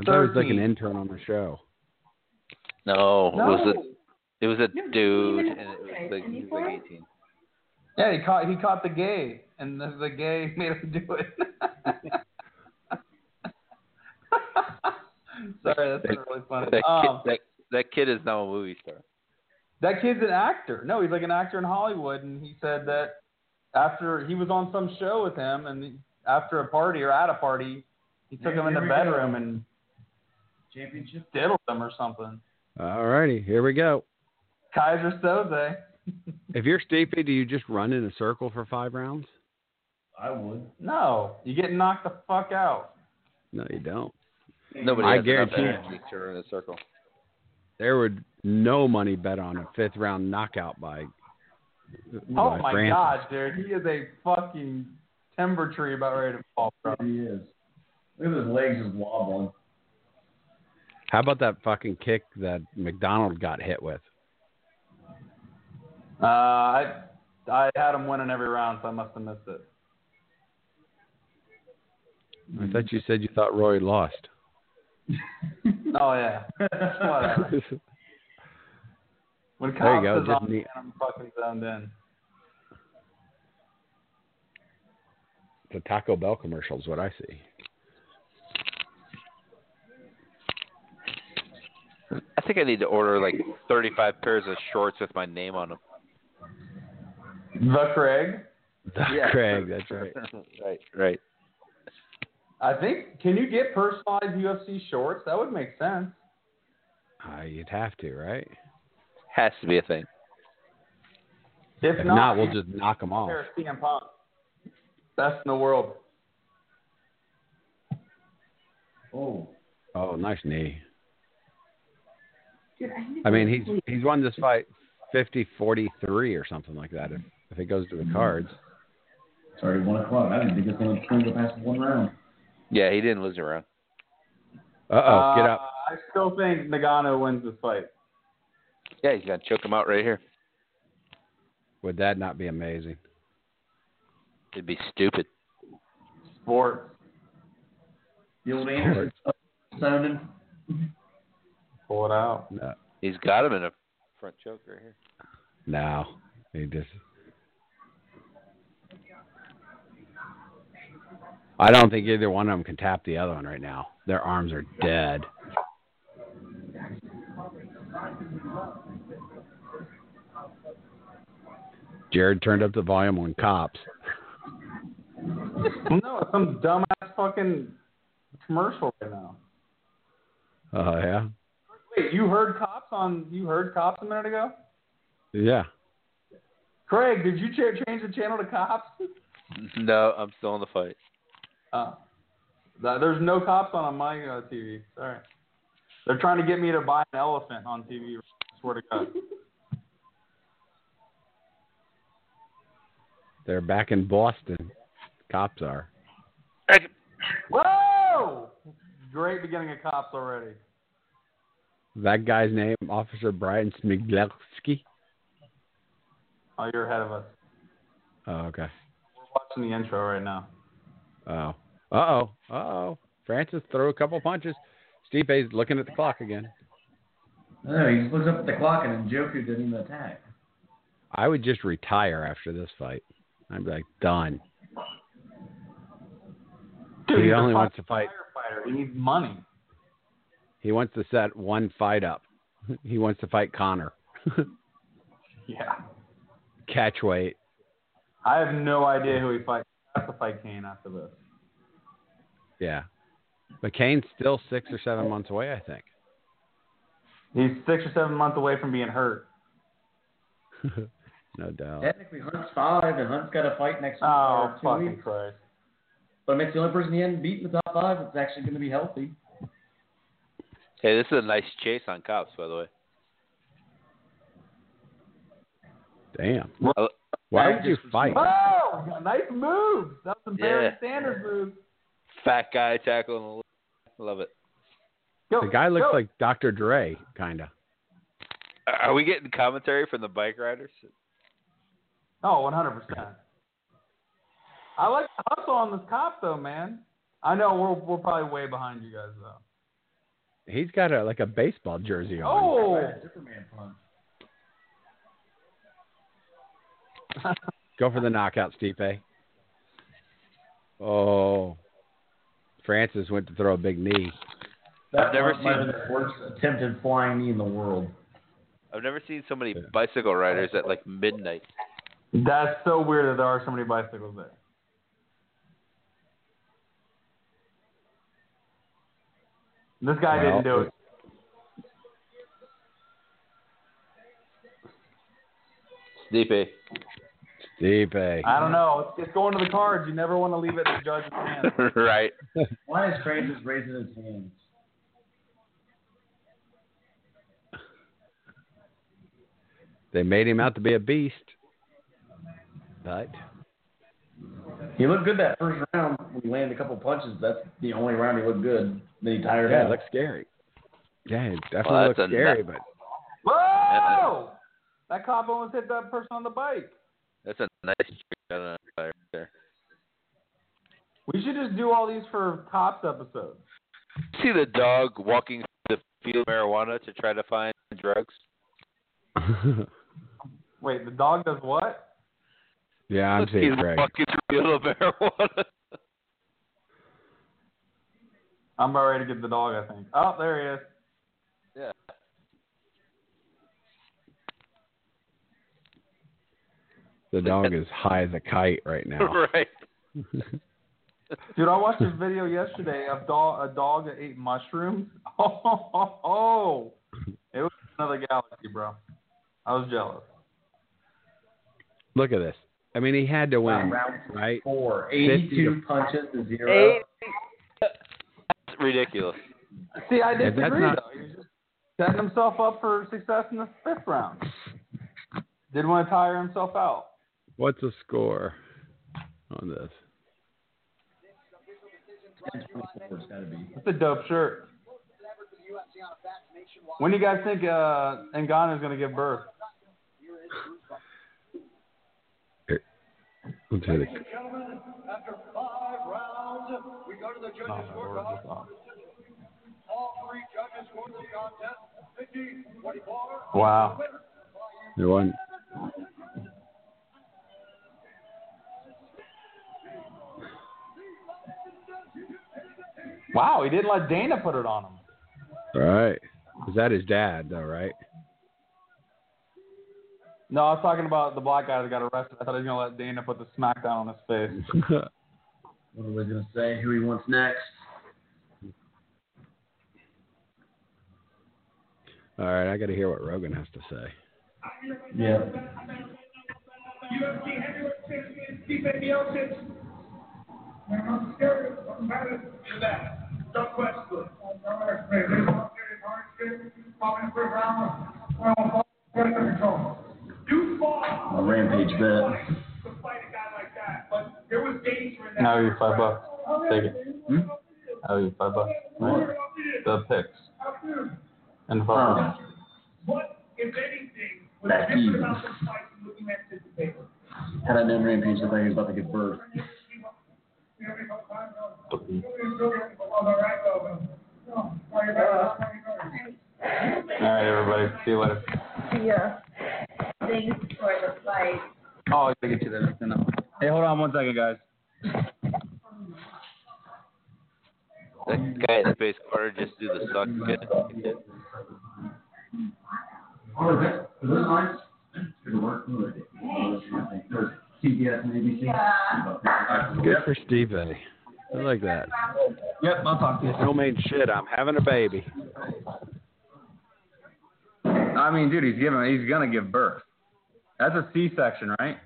[SPEAKER 3] I thought it was like an
[SPEAKER 4] 13.
[SPEAKER 3] intern on the show.
[SPEAKER 8] No.
[SPEAKER 4] No.
[SPEAKER 8] It was a, it was a
[SPEAKER 6] No, he
[SPEAKER 8] dude,
[SPEAKER 6] even
[SPEAKER 8] and it was
[SPEAKER 6] had
[SPEAKER 8] like,
[SPEAKER 6] it, and
[SPEAKER 8] he
[SPEAKER 6] he
[SPEAKER 8] was like
[SPEAKER 6] quit.
[SPEAKER 8] 18.
[SPEAKER 4] Yeah, he caught he caught the gay, and the, the gay made him do it. Sorry, that's not really funny.
[SPEAKER 8] That,
[SPEAKER 4] Um,
[SPEAKER 8] kid, that, that kid is now a movie star.
[SPEAKER 4] That kid's an actor. No, he's like an actor in Hollywood, and he said that after he was on some show with him, and after a party or at a party, he took him in the
[SPEAKER 7] Here we go.
[SPEAKER 4] bedroom and
[SPEAKER 7] Championship.
[SPEAKER 4] diddled him or something.
[SPEAKER 3] All righty, Uh, here we go.
[SPEAKER 4] Kaiser Soze.
[SPEAKER 3] If you're Stipe, do you just run in a circle for five rounds?
[SPEAKER 7] I would.
[SPEAKER 4] No, you get knocked the fuck out.
[SPEAKER 3] No, you don't.
[SPEAKER 8] Nobody
[SPEAKER 3] I
[SPEAKER 8] has enough
[SPEAKER 3] guarantee
[SPEAKER 8] energy to run in a circle.
[SPEAKER 3] There would no money bet on a fifth round knockout by. uh,
[SPEAKER 4] Oh
[SPEAKER 3] by
[SPEAKER 4] my
[SPEAKER 3] Francis.
[SPEAKER 4] god, dude, he is a fucking timber tree about ready to fall from.
[SPEAKER 7] He is. Look at his legs just wobbling.
[SPEAKER 3] How about that fucking kick that McDonald got hit with?
[SPEAKER 4] Uh, I I had him winning every round, so I must have missed it.
[SPEAKER 3] I thought you said you thought Roy lost.
[SPEAKER 4] Oh yeah, whatever. When
[SPEAKER 3] There you
[SPEAKER 4] cops
[SPEAKER 3] go,
[SPEAKER 4] is
[SPEAKER 3] just
[SPEAKER 4] on,
[SPEAKER 3] neat.
[SPEAKER 4] I'm fucking zoned in.
[SPEAKER 3] the Taco Bell commercial is what I see.
[SPEAKER 8] I think I need to order like 35 pairs of shorts with my name on them.
[SPEAKER 4] The Craig.
[SPEAKER 3] The Craig, that's right.
[SPEAKER 8] right, right.
[SPEAKER 4] I think. Can you get personalized UFC shorts? That would make sense.
[SPEAKER 3] Uh, you'd have to, right?
[SPEAKER 8] Has to be a thing.
[SPEAKER 4] If,
[SPEAKER 3] If
[SPEAKER 4] not,
[SPEAKER 3] not, we'll
[SPEAKER 4] you
[SPEAKER 3] just knock them
[SPEAKER 4] can
[SPEAKER 3] off.
[SPEAKER 4] pair CM Punk. Best in the world.
[SPEAKER 7] Oh.
[SPEAKER 3] Oh, nice knee.
[SPEAKER 6] Dude, I, need to
[SPEAKER 3] I mean,
[SPEAKER 6] go to
[SPEAKER 3] he's
[SPEAKER 6] sleep.
[SPEAKER 3] he's won this fight 50-43 or something like that. If if it goes to the cards,
[SPEAKER 7] It's already one o'clock. I didn't think it was going to go past one round.
[SPEAKER 8] Yeah, he didn't lose a round.
[SPEAKER 3] uh oh, get
[SPEAKER 4] Uh,
[SPEAKER 3] up.
[SPEAKER 4] I still think Nagano wins this fight.
[SPEAKER 8] Yeah, he's gonna choke him out right here.
[SPEAKER 3] Would that not be amazing?
[SPEAKER 8] It'd be stupid.
[SPEAKER 4] Sports.
[SPEAKER 7] The old Anderson sounding.
[SPEAKER 4] Pull it out.
[SPEAKER 3] No,
[SPEAKER 8] He's got him in a front choke right here.
[SPEAKER 3] no, he just. I don't think either one of them can tap the other one right now. Their arms are dead. Jared turned up the volume on cops.
[SPEAKER 4] no, it's some dumbass fucking commercial right now.
[SPEAKER 3] Oh yeah,
[SPEAKER 4] Wait, you heard cops on? You heard cops a minute ago?
[SPEAKER 3] yeah.
[SPEAKER 4] Craig, did you cha- change the channel to cops?
[SPEAKER 8] No, I'm still in the fight.
[SPEAKER 4] Oh. Th- There's no cops on my uh, TV. Sorry. They're trying to get me to buy an elephant on TV. I swear to God.
[SPEAKER 3] They're back in Boston. Cops are.
[SPEAKER 4] Whoa! Great beginning of cops already.
[SPEAKER 3] That guy's name, Officer Brian Smiglewski.
[SPEAKER 4] Oh, you're ahead of us.
[SPEAKER 3] Oh, okay.
[SPEAKER 4] We're watching the intro right now.
[SPEAKER 3] Oh. Uh oh. Uh oh. Francis threw a couple punches. Steve A's looking at the clock again.
[SPEAKER 5] No, he just looks up at the clock and then Joku didn't even attack.
[SPEAKER 3] I would just retire after this fight. I'd be like, done.
[SPEAKER 4] Dude,
[SPEAKER 3] he
[SPEAKER 4] he's a
[SPEAKER 3] only wants to
[SPEAKER 4] fucking
[SPEAKER 3] fight.
[SPEAKER 4] Firefighter. He needs money.
[SPEAKER 3] He wants to set one fight up. He wants to fight Connor.
[SPEAKER 4] Yeah.
[SPEAKER 3] Catch weight.
[SPEAKER 4] I have no idea who he fights. I have to fight Kane after this.
[SPEAKER 3] Yeah. But Kane's still six or seven months away, I think.
[SPEAKER 4] He's six or seven months away from being hurt.
[SPEAKER 3] no doubt.
[SPEAKER 5] Technically, Hunt's five, and Hunt's got a fight next week
[SPEAKER 4] Oh,
[SPEAKER 5] or two
[SPEAKER 4] fucking
[SPEAKER 5] weeks.
[SPEAKER 4] Christ.
[SPEAKER 5] But I mean, it's the only person he hadn't beat in the top five that's actually going to be healthy.
[SPEAKER 8] Hey, this is a nice chase on cops, by the way.
[SPEAKER 3] Damn.
[SPEAKER 8] I-
[SPEAKER 3] Why
[SPEAKER 5] I
[SPEAKER 3] would you
[SPEAKER 5] just-
[SPEAKER 3] fight?
[SPEAKER 4] Oh, nice move. That was some Barry
[SPEAKER 8] Yeah.
[SPEAKER 4] Sanders move.
[SPEAKER 8] Fat guy tackling. the li- Love it.
[SPEAKER 4] Go,
[SPEAKER 3] The guy looks
[SPEAKER 4] go.
[SPEAKER 3] like Dr. Dre, kind of.
[SPEAKER 8] Are- Are we getting commentary from the bike riders?
[SPEAKER 4] Oh, 100%. I like the hustle on this cop, though, man. I know we're, we're probably way behind you guys, though.
[SPEAKER 3] He's got a like a baseball jersey on.
[SPEAKER 4] Oh,
[SPEAKER 5] Superman punch.
[SPEAKER 3] Go for the knockout, Stipe. Oh. Francis went to throw a big knee.
[SPEAKER 5] That
[SPEAKER 8] never
[SPEAKER 5] punch might
[SPEAKER 8] seen-
[SPEAKER 5] have been the worst attempted flying knee in the world.
[SPEAKER 8] I've never seen so many
[SPEAKER 3] Yeah.
[SPEAKER 8] bicycle riders at like midnight.
[SPEAKER 4] that's so weird that there are so many bicycles there. This guy
[SPEAKER 3] Well,
[SPEAKER 4] didn't do it.
[SPEAKER 8] Sleepy.
[SPEAKER 3] Stipe.
[SPEAKER 4] I don't know. It's, it's going to the cards. You never want to leave it in the judge's hands.
[SPEAKER 8] right.
[SPEAKER 5] Why is Francis raising his hands?
[SPEAKER 3] They made him out to be a beast. But
[SPEAKER 5] He looked good that first round when he landed a couple punches. That's the only round he looked good. Then he tired
[SPEAKER 3] yeah,
[SPEAKER 5] out.
[SPEAKER 3] it looks scary. Yeah, it definitely
[SPEAKER 8] Well, that's
[SPEAKER 3] looks
[SPEAKER 8] a
[SPEAKER 3] scary, but
[SPEAKER 4] Whoa! That cop almost hit that person on the bike.
[SPEAKER 8] That's a nice trick on a right there.
[SPEAKER 4] We should just do all these for cops episodes.
[SPEAKER 8] See the dog walking through the field of marijuana to try to find drugs.
[SPEAKER 4] Wait, the dog does what?
[SPEAKER 3] yeah, I'm
[SPEAKER 8] He's
[SPEAKER 3] seeing Craig.
[SPEAKER 8] walking through the field of marijuana.
[SPEAKER 4] I'm about ready to get the dog, I think. Oh, there he is.
[SPEAKER 3] The dog is high as a kite right now.
[SPEAKER 8] right.
[SPEAKER 4] Dude, I watched this video yesterday of dog, a dog that ate mushrooms. Oh, it was another galaxy, bro. I was jealous.
[SPEAKER 3] Look at this. I mean, he had to win,
[SPEAKER 5] round
[SPEAKER 3] right?
[SPEAKER 5] four, 82 punches to zero.
[SPEAKER 8] Eight. That's ridiculous.
[SPEAKER 4] See, I
[SPEAKER 3] that's
[SPEAKER 4] disagree,
[SPEAKER 3] not-
[SPEAKER 4] though. He was just setting himself up for success in the fifth round. Didn't want to tire himself out.
[SPEAKER 3] What's the score on this?
[SPEAKER 5] It's gotta be.
[SPEAKER 4] That's a dope shirt. When do you guys think uh, Ngannou's going to give birth?
[SPEAKER 3] Let's hear the-
[SPEAKER 9] After five rounds, we go to the
[SPEAKER 4] Oh,
[SPEAKER 9] judges'
[SPEAKER 4] my
[SPEAKER 9] scorecard.
[SPEAKER 4] word, that's awesome.
[SPEAKER 9] All three judges scored the contest 50, 24,
[SPEAKER 4] Wow.
[SPEAKER 3] the one.
[SPEAKER 4] Wow, he didn't let Dana put it on him.
[SPEAKER 3] All right. Is that his dad, though, right?
[SPEAKER 4] No, I was talking about the black guy that got arrested. I thought he was gonna let Dana put the smackdown on his face.
[SPEAKER 7] What was I gonna say? Who he wants next?
[SPEAKER 3] All right, I got to hear what Rogan has to say.
[SPEAKER 7] Yeah.
[SPEAKER 9] UFC heavyweight champion Stephen Miocic. And I'm scared of what matters is that. No question. You fought.
[SPEAKER 7] A rampage bet.
[SPEAKER 9] To fight a guy like that, but there was danger in that.
[SPEAKER 4] Now you five bucks. Take it. Hmm? Now you five bucks. Right. The picks and five.
[SPEAKER 9] What, if anything, was
[SPEAKER 7] That's
[SPEAKER 9] different
[SPEAKER 7] easy.
[SPEAKER 9] about this fight than looking at this paper?
[SPEAKER 7] Had I known rampage, I thought he was about to get birth.
[SPEAKER 4] All right, everybody. See you later.
[SPEAKER 6] Yeah. Things for the fight.
[SPEAKER 4] Oh, I get you there. No. Hey, hold on one second, guys.
[SPEAKER 8] That guy in the base corner just do the suck good.
[SPEAKER 5] Oh, is that, is that nice? Good work. Good. There's CBS and ABC.
[SPEAKER 3] Good for Steve A. I like that.
[SPEAKER 7] Yep, I'll talk to you.
[SPEAKER 3] No mean shit. I'm having a baby.
[SPEAKER 4] I mean, dude, he's giving. He's gonna give birth. That's a C-section, right?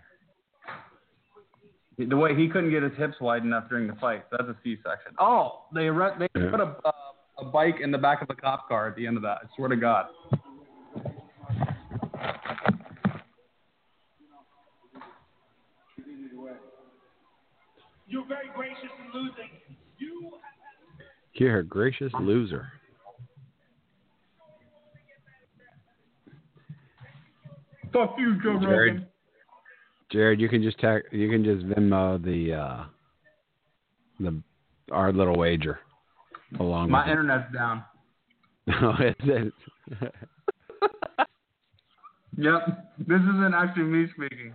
[SPEAKER 4] The way he couldn't get his hips wide enough during the fight, so that's a C-section. Oh, they run, they
[SPEAKER 3] Yeah.
[SPEAKER 4] put a uh, a bike in the back of a cop car at the end of that. I swear to God.
[SPEAKER 9] You're very gracious in losing. You
[SPEAKER 3] You're a gracious loser.
[SPEAKER 9] Fuck you, Joe
[SPEAKER 4] Mm-hmm.
[SPEAKER 3] Jared, Jared, you can just tack, you can just Venmo the uh, the our little wager along
[SPEAKER 4] My
[SPEAKER 3] with
[SPEAKER 4] internet's down.
[SPEAKER 3] it. No, it is.
[SPEAKER 4] Yep. This isn't actually me speaking.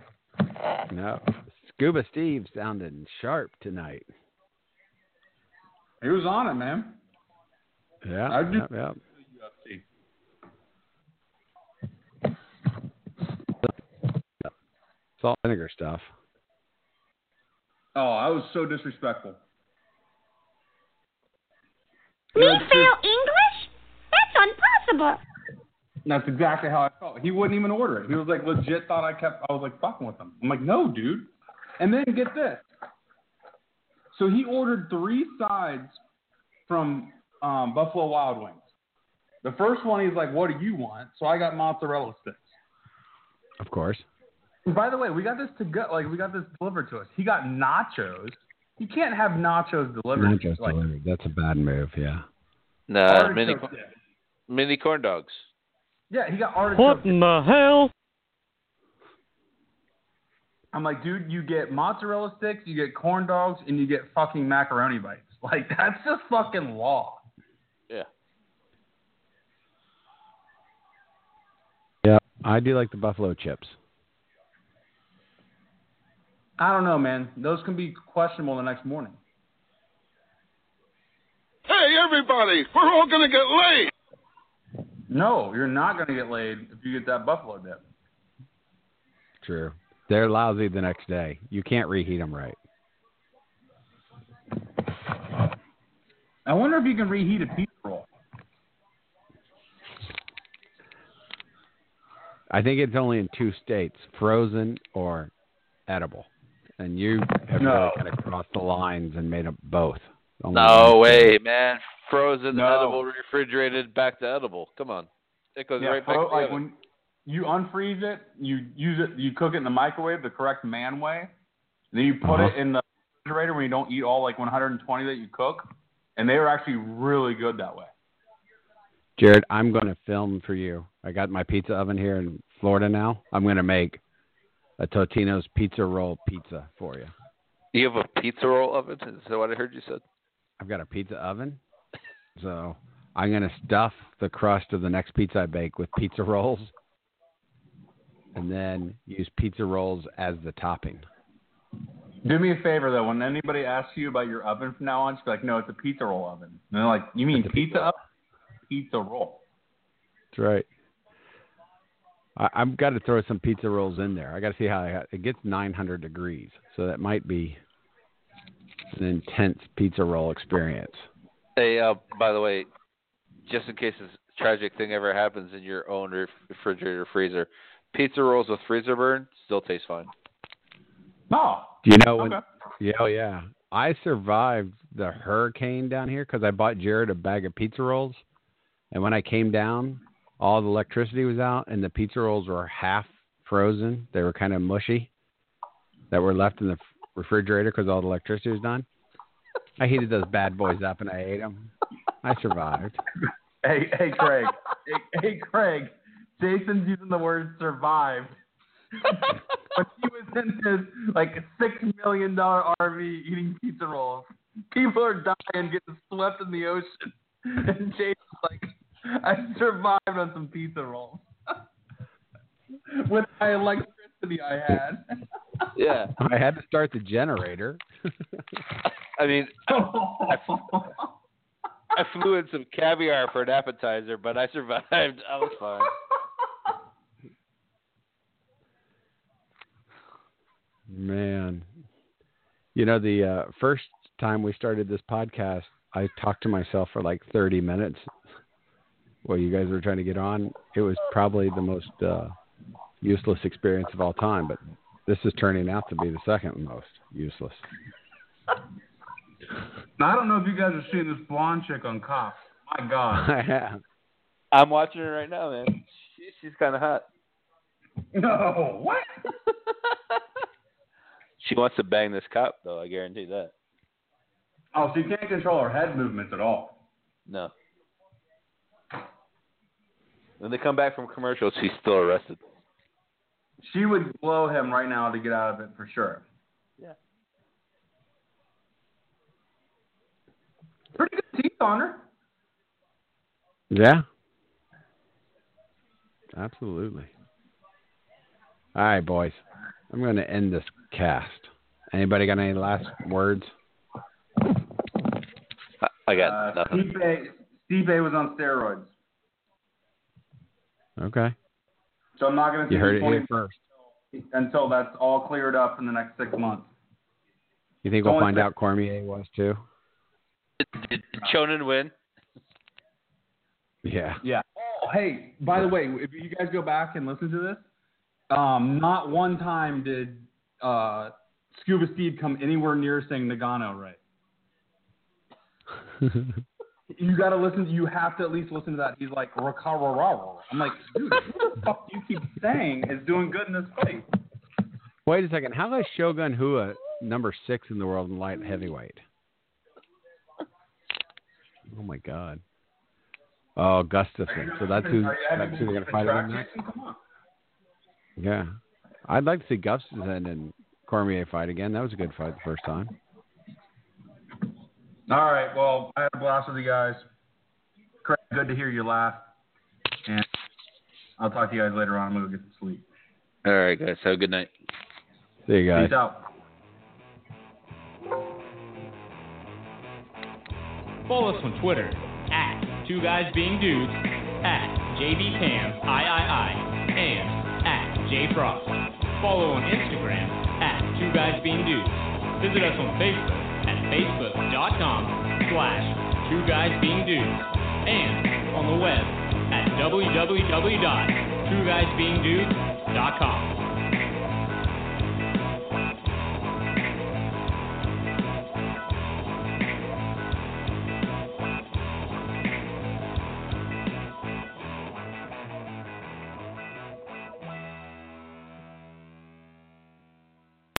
[SPEAKER 3] no. Scuba Steve sounding sharp tonight.
[SPEAKER 4] He was on it, man.
[SPEAKER 3] Yeah.
[SPEAKER 4] I do-
[SPEAKER 3] yep, yep. Salt vinegar stuff.
[SPEAKER 4] Oh, I was so disrespectful.
[SPEAKER 10] Me fail English? That's impossible.
[SPEAKER 4] That's exactly how I felt. He wouldn't even order it. He was like legit thought I kept I was like fucking with him. I'm like, no, dude. And then get this. So he ordered three sides from um, Buffalo Wild Wings. The first one he's like, What do you want? So I got mozzarella sticks.
[SPEAKER 3] Of course.
[SPEAKER 4] And by the way, we got this to go like we got this delivered to us. He got nachos. You can't have nachos delivered.
[SPEAKER 3] Not just
[SPEAKER 4] like,
[SPEAKER 3] delivered. That's a bad move, yeah.
[SPEAKER 8] Nah, Uh, mini
[SPEAKER 4] artichoke dip.
[SPEAKER 8] mini corn dogs.
[SPEAKER 4] Yeah, he got artichoke.
[SPEAKER 1] What in the hell?
[SPEAKER 4] I'm like, dude, you get mozzarella sticks, you get corn dogs, and you get fucking macaroni bites. Like that's just fucking law.
[SPEAKER 3] Yeah. I do like the buffalo chips.
[SPEAKER 4] I don't know, man. Those can be questionable the next morning.
[SPEAKER 2] Hey, everybody, we're all going to get laid.
[SPEAKER 4] No, you're not gonna get laid if you get that buffalo dip.
[SPEAKER 3] True. They're lousy the next day. You can't reheat them right.
[SPEAKER 4] I wonder if you can reheat a pizza roll.
[SPEAKER 3] I think it's only in two states, frozen or edible. And you have
[SPEAKER 4] No.
[SPEAKER 3] really kind of crossed the lines and made up both. Only
[SPEAKER 8] No
[SPEAKER 3] one.
[SPEAKER 8] way, man. Frozen,
[SPEAKER 4] No.
[SPEAKER 8] edible, refrigerated, back to edible. Come on. It goes right back
[SPEAKER 4] fro-
[SPEAKER 8] to the
[SPEAKER 4] like
[SPEAKER 8] oven.
[SPEAKER 4] when you unfreeze it, you use it, you cook it in the microwave the correct man way, then you put
[SPEAKER 3] Uh-huh.
[SPEAKER 4] it in the refrigerator when you don't eat all like 120 that you cook, and they were actually really good that way.
[SPEAKER 3] Jared, I'm going to film for you. I got my pizza oven here in Florida now. I'm going to make a Totino's pizza roll pizza for you.
[SPEAKER 8] You have a pizza roll oven? Is that what I heard you said?
[SPEAKER 3] I've got a pizza oven. So I'm going to stuff the crust of the next pizza I bake with pizza rolls and then use pizza rolls as the topping.
[SPEAKER 4] Do me a favor though, when anybody asks you about your oven from now on, just be like, "No, it's a pizza roll oven." And they're like, "You mean
[SPEAKER 3] It's a pizza
[SPEAKER 4] pizza oven? Pizza roll?"
[SPEAKER 3] That's right. I, I've got to throw some pizza rolls in there. I got to see how I, it gets 900 degrees, so that might be an intense pizza roll experience.
[SPEAKER 8] Hey, uh, by the way, just in case this tragic thing ever happens in your own ref- refrigerator freezer, pizza rolls with freezer burn still taste fine.
[SPEAKER 4] No.
[SPEAKER 3] Do you know when?
[SPEAKER 4] Okay.
[SPEAKER 3] Yeah, oh, yeah. I survived the hurricane down here because I bought Jared a bag of pizza rolls, and when I came down, all the electricity was out, and the pizza rolls were half frozen. They were kind of mushy that were left in the f- refrigerator because all the electricity was done. I heated those bad boys up and I ate them. I survived.
[SPEAKER 4] Hey, hey, Craig. hey, hey, Craig. Jason's using the word survived. when he was in his like six million dollar RV eating pizza rolls, people are dying, getting swept in the ocean, and Jason's like, I survived on some pizza rolls with my electricity I had.
[SPEAKER 8] Yeah,
[SPEAKER 3] I had to start the generator.
[SPEAKER 8] I mean, I flew in some caviar for an appetizer, but I survived. I was fine.
[SPEAKER 3] Man, you know the uh, first time we started this podcast, I talked to myself for like thirty minutes while you guys were trying to get on. It was probably the most uh, useless experience of all time, but this is turning out to be the second most useless.
[SPEAKER 2] Now, I don't know if you guys have seen this blonde chick on Cops. My God.
[SPEAKER 3] I have.
[SPEAKER 8] I'm watching her right now, man. She, she's kind of hot.
[SPEAKER 2] No, what?
[SPEAKER 8] She wants to bang this cop, though. I guarantee that.
[SPEAKER 2] Oh, she can't control her head movements at all.
[SPEAKER 8] No. When they come back from commercials, she's still arrested.
[SPEAKER 4] She would blow him right now to get out of it for sure. Yeah. Pretty good teeth on her.
[SPEAKER 3] Yeah. Absolutely. All right, boys. I'm going to end this cast. Anybody got any last words?
[SPEAKER 8] I, I got
[SPEAKER 4] Uh,
[SPEAKER 8] nothing.
[SPEAKER 4] Stipe, Stipe was on steroids,
[SPEAKER 3] Okay.
[SPEAKER 4] so I'm not going to
[SPEAKER 3] You heard it
[SPEAKER 4] point
[SPEAKER 3] here first.
[SPEAKER 4] until that's all cleared up in the next six months.
[SPEAKER 3] You think we'll
[SPEAKER 4] Don't
[SPEAKER 3] find
[SPEAKER 4] think-
[SPEAKER 3] out Cormier was too?
[SPEAKER 8] Did, did Chonin win?
[SPEAKER 3] Yeah.
[SPEAKER 4] Oh, hey, by the way, if you guys go back and listen to this, um, not one time did uh, Scuba Steve come anywhere near saying Nagano right. You got to listen. You have to at least listen to that. He's like "Rakararara." I'm like, dude, what the fuck you keep saying is doing good in this fight.
[SPEAKER 3] Wait a second. How is Shogun Hua number six in the world in light heavyweight? Oh my God. Oh, Gustafson. So that's who. That's who they're gonna fight him next. Yeah, I'd like to see Gustafson and Cormier fight again. That was a good fight the first time.
[SPEAKER 2] All right. Well, I had a blast with you guys. Craig, good to hear you laugh. And I'll talk to you guys later on. I'm going to get some sleep.
[SPEAKER 8] All right, guys. Have a good night.
[SPEAKER 3] See you guys.
[SPEAKER 2] Peace out.
[SPEAKER 1] Follow us on Twitter at Two Guys Being Dudes, at JBCamIII, and at JFrost. Follow on Instagram at Two Guys Being Dudes. Visit us on Facebook at facebook.com slash Two Guys Being Dudes, and on the web at www.twoguysbeingdudes.com.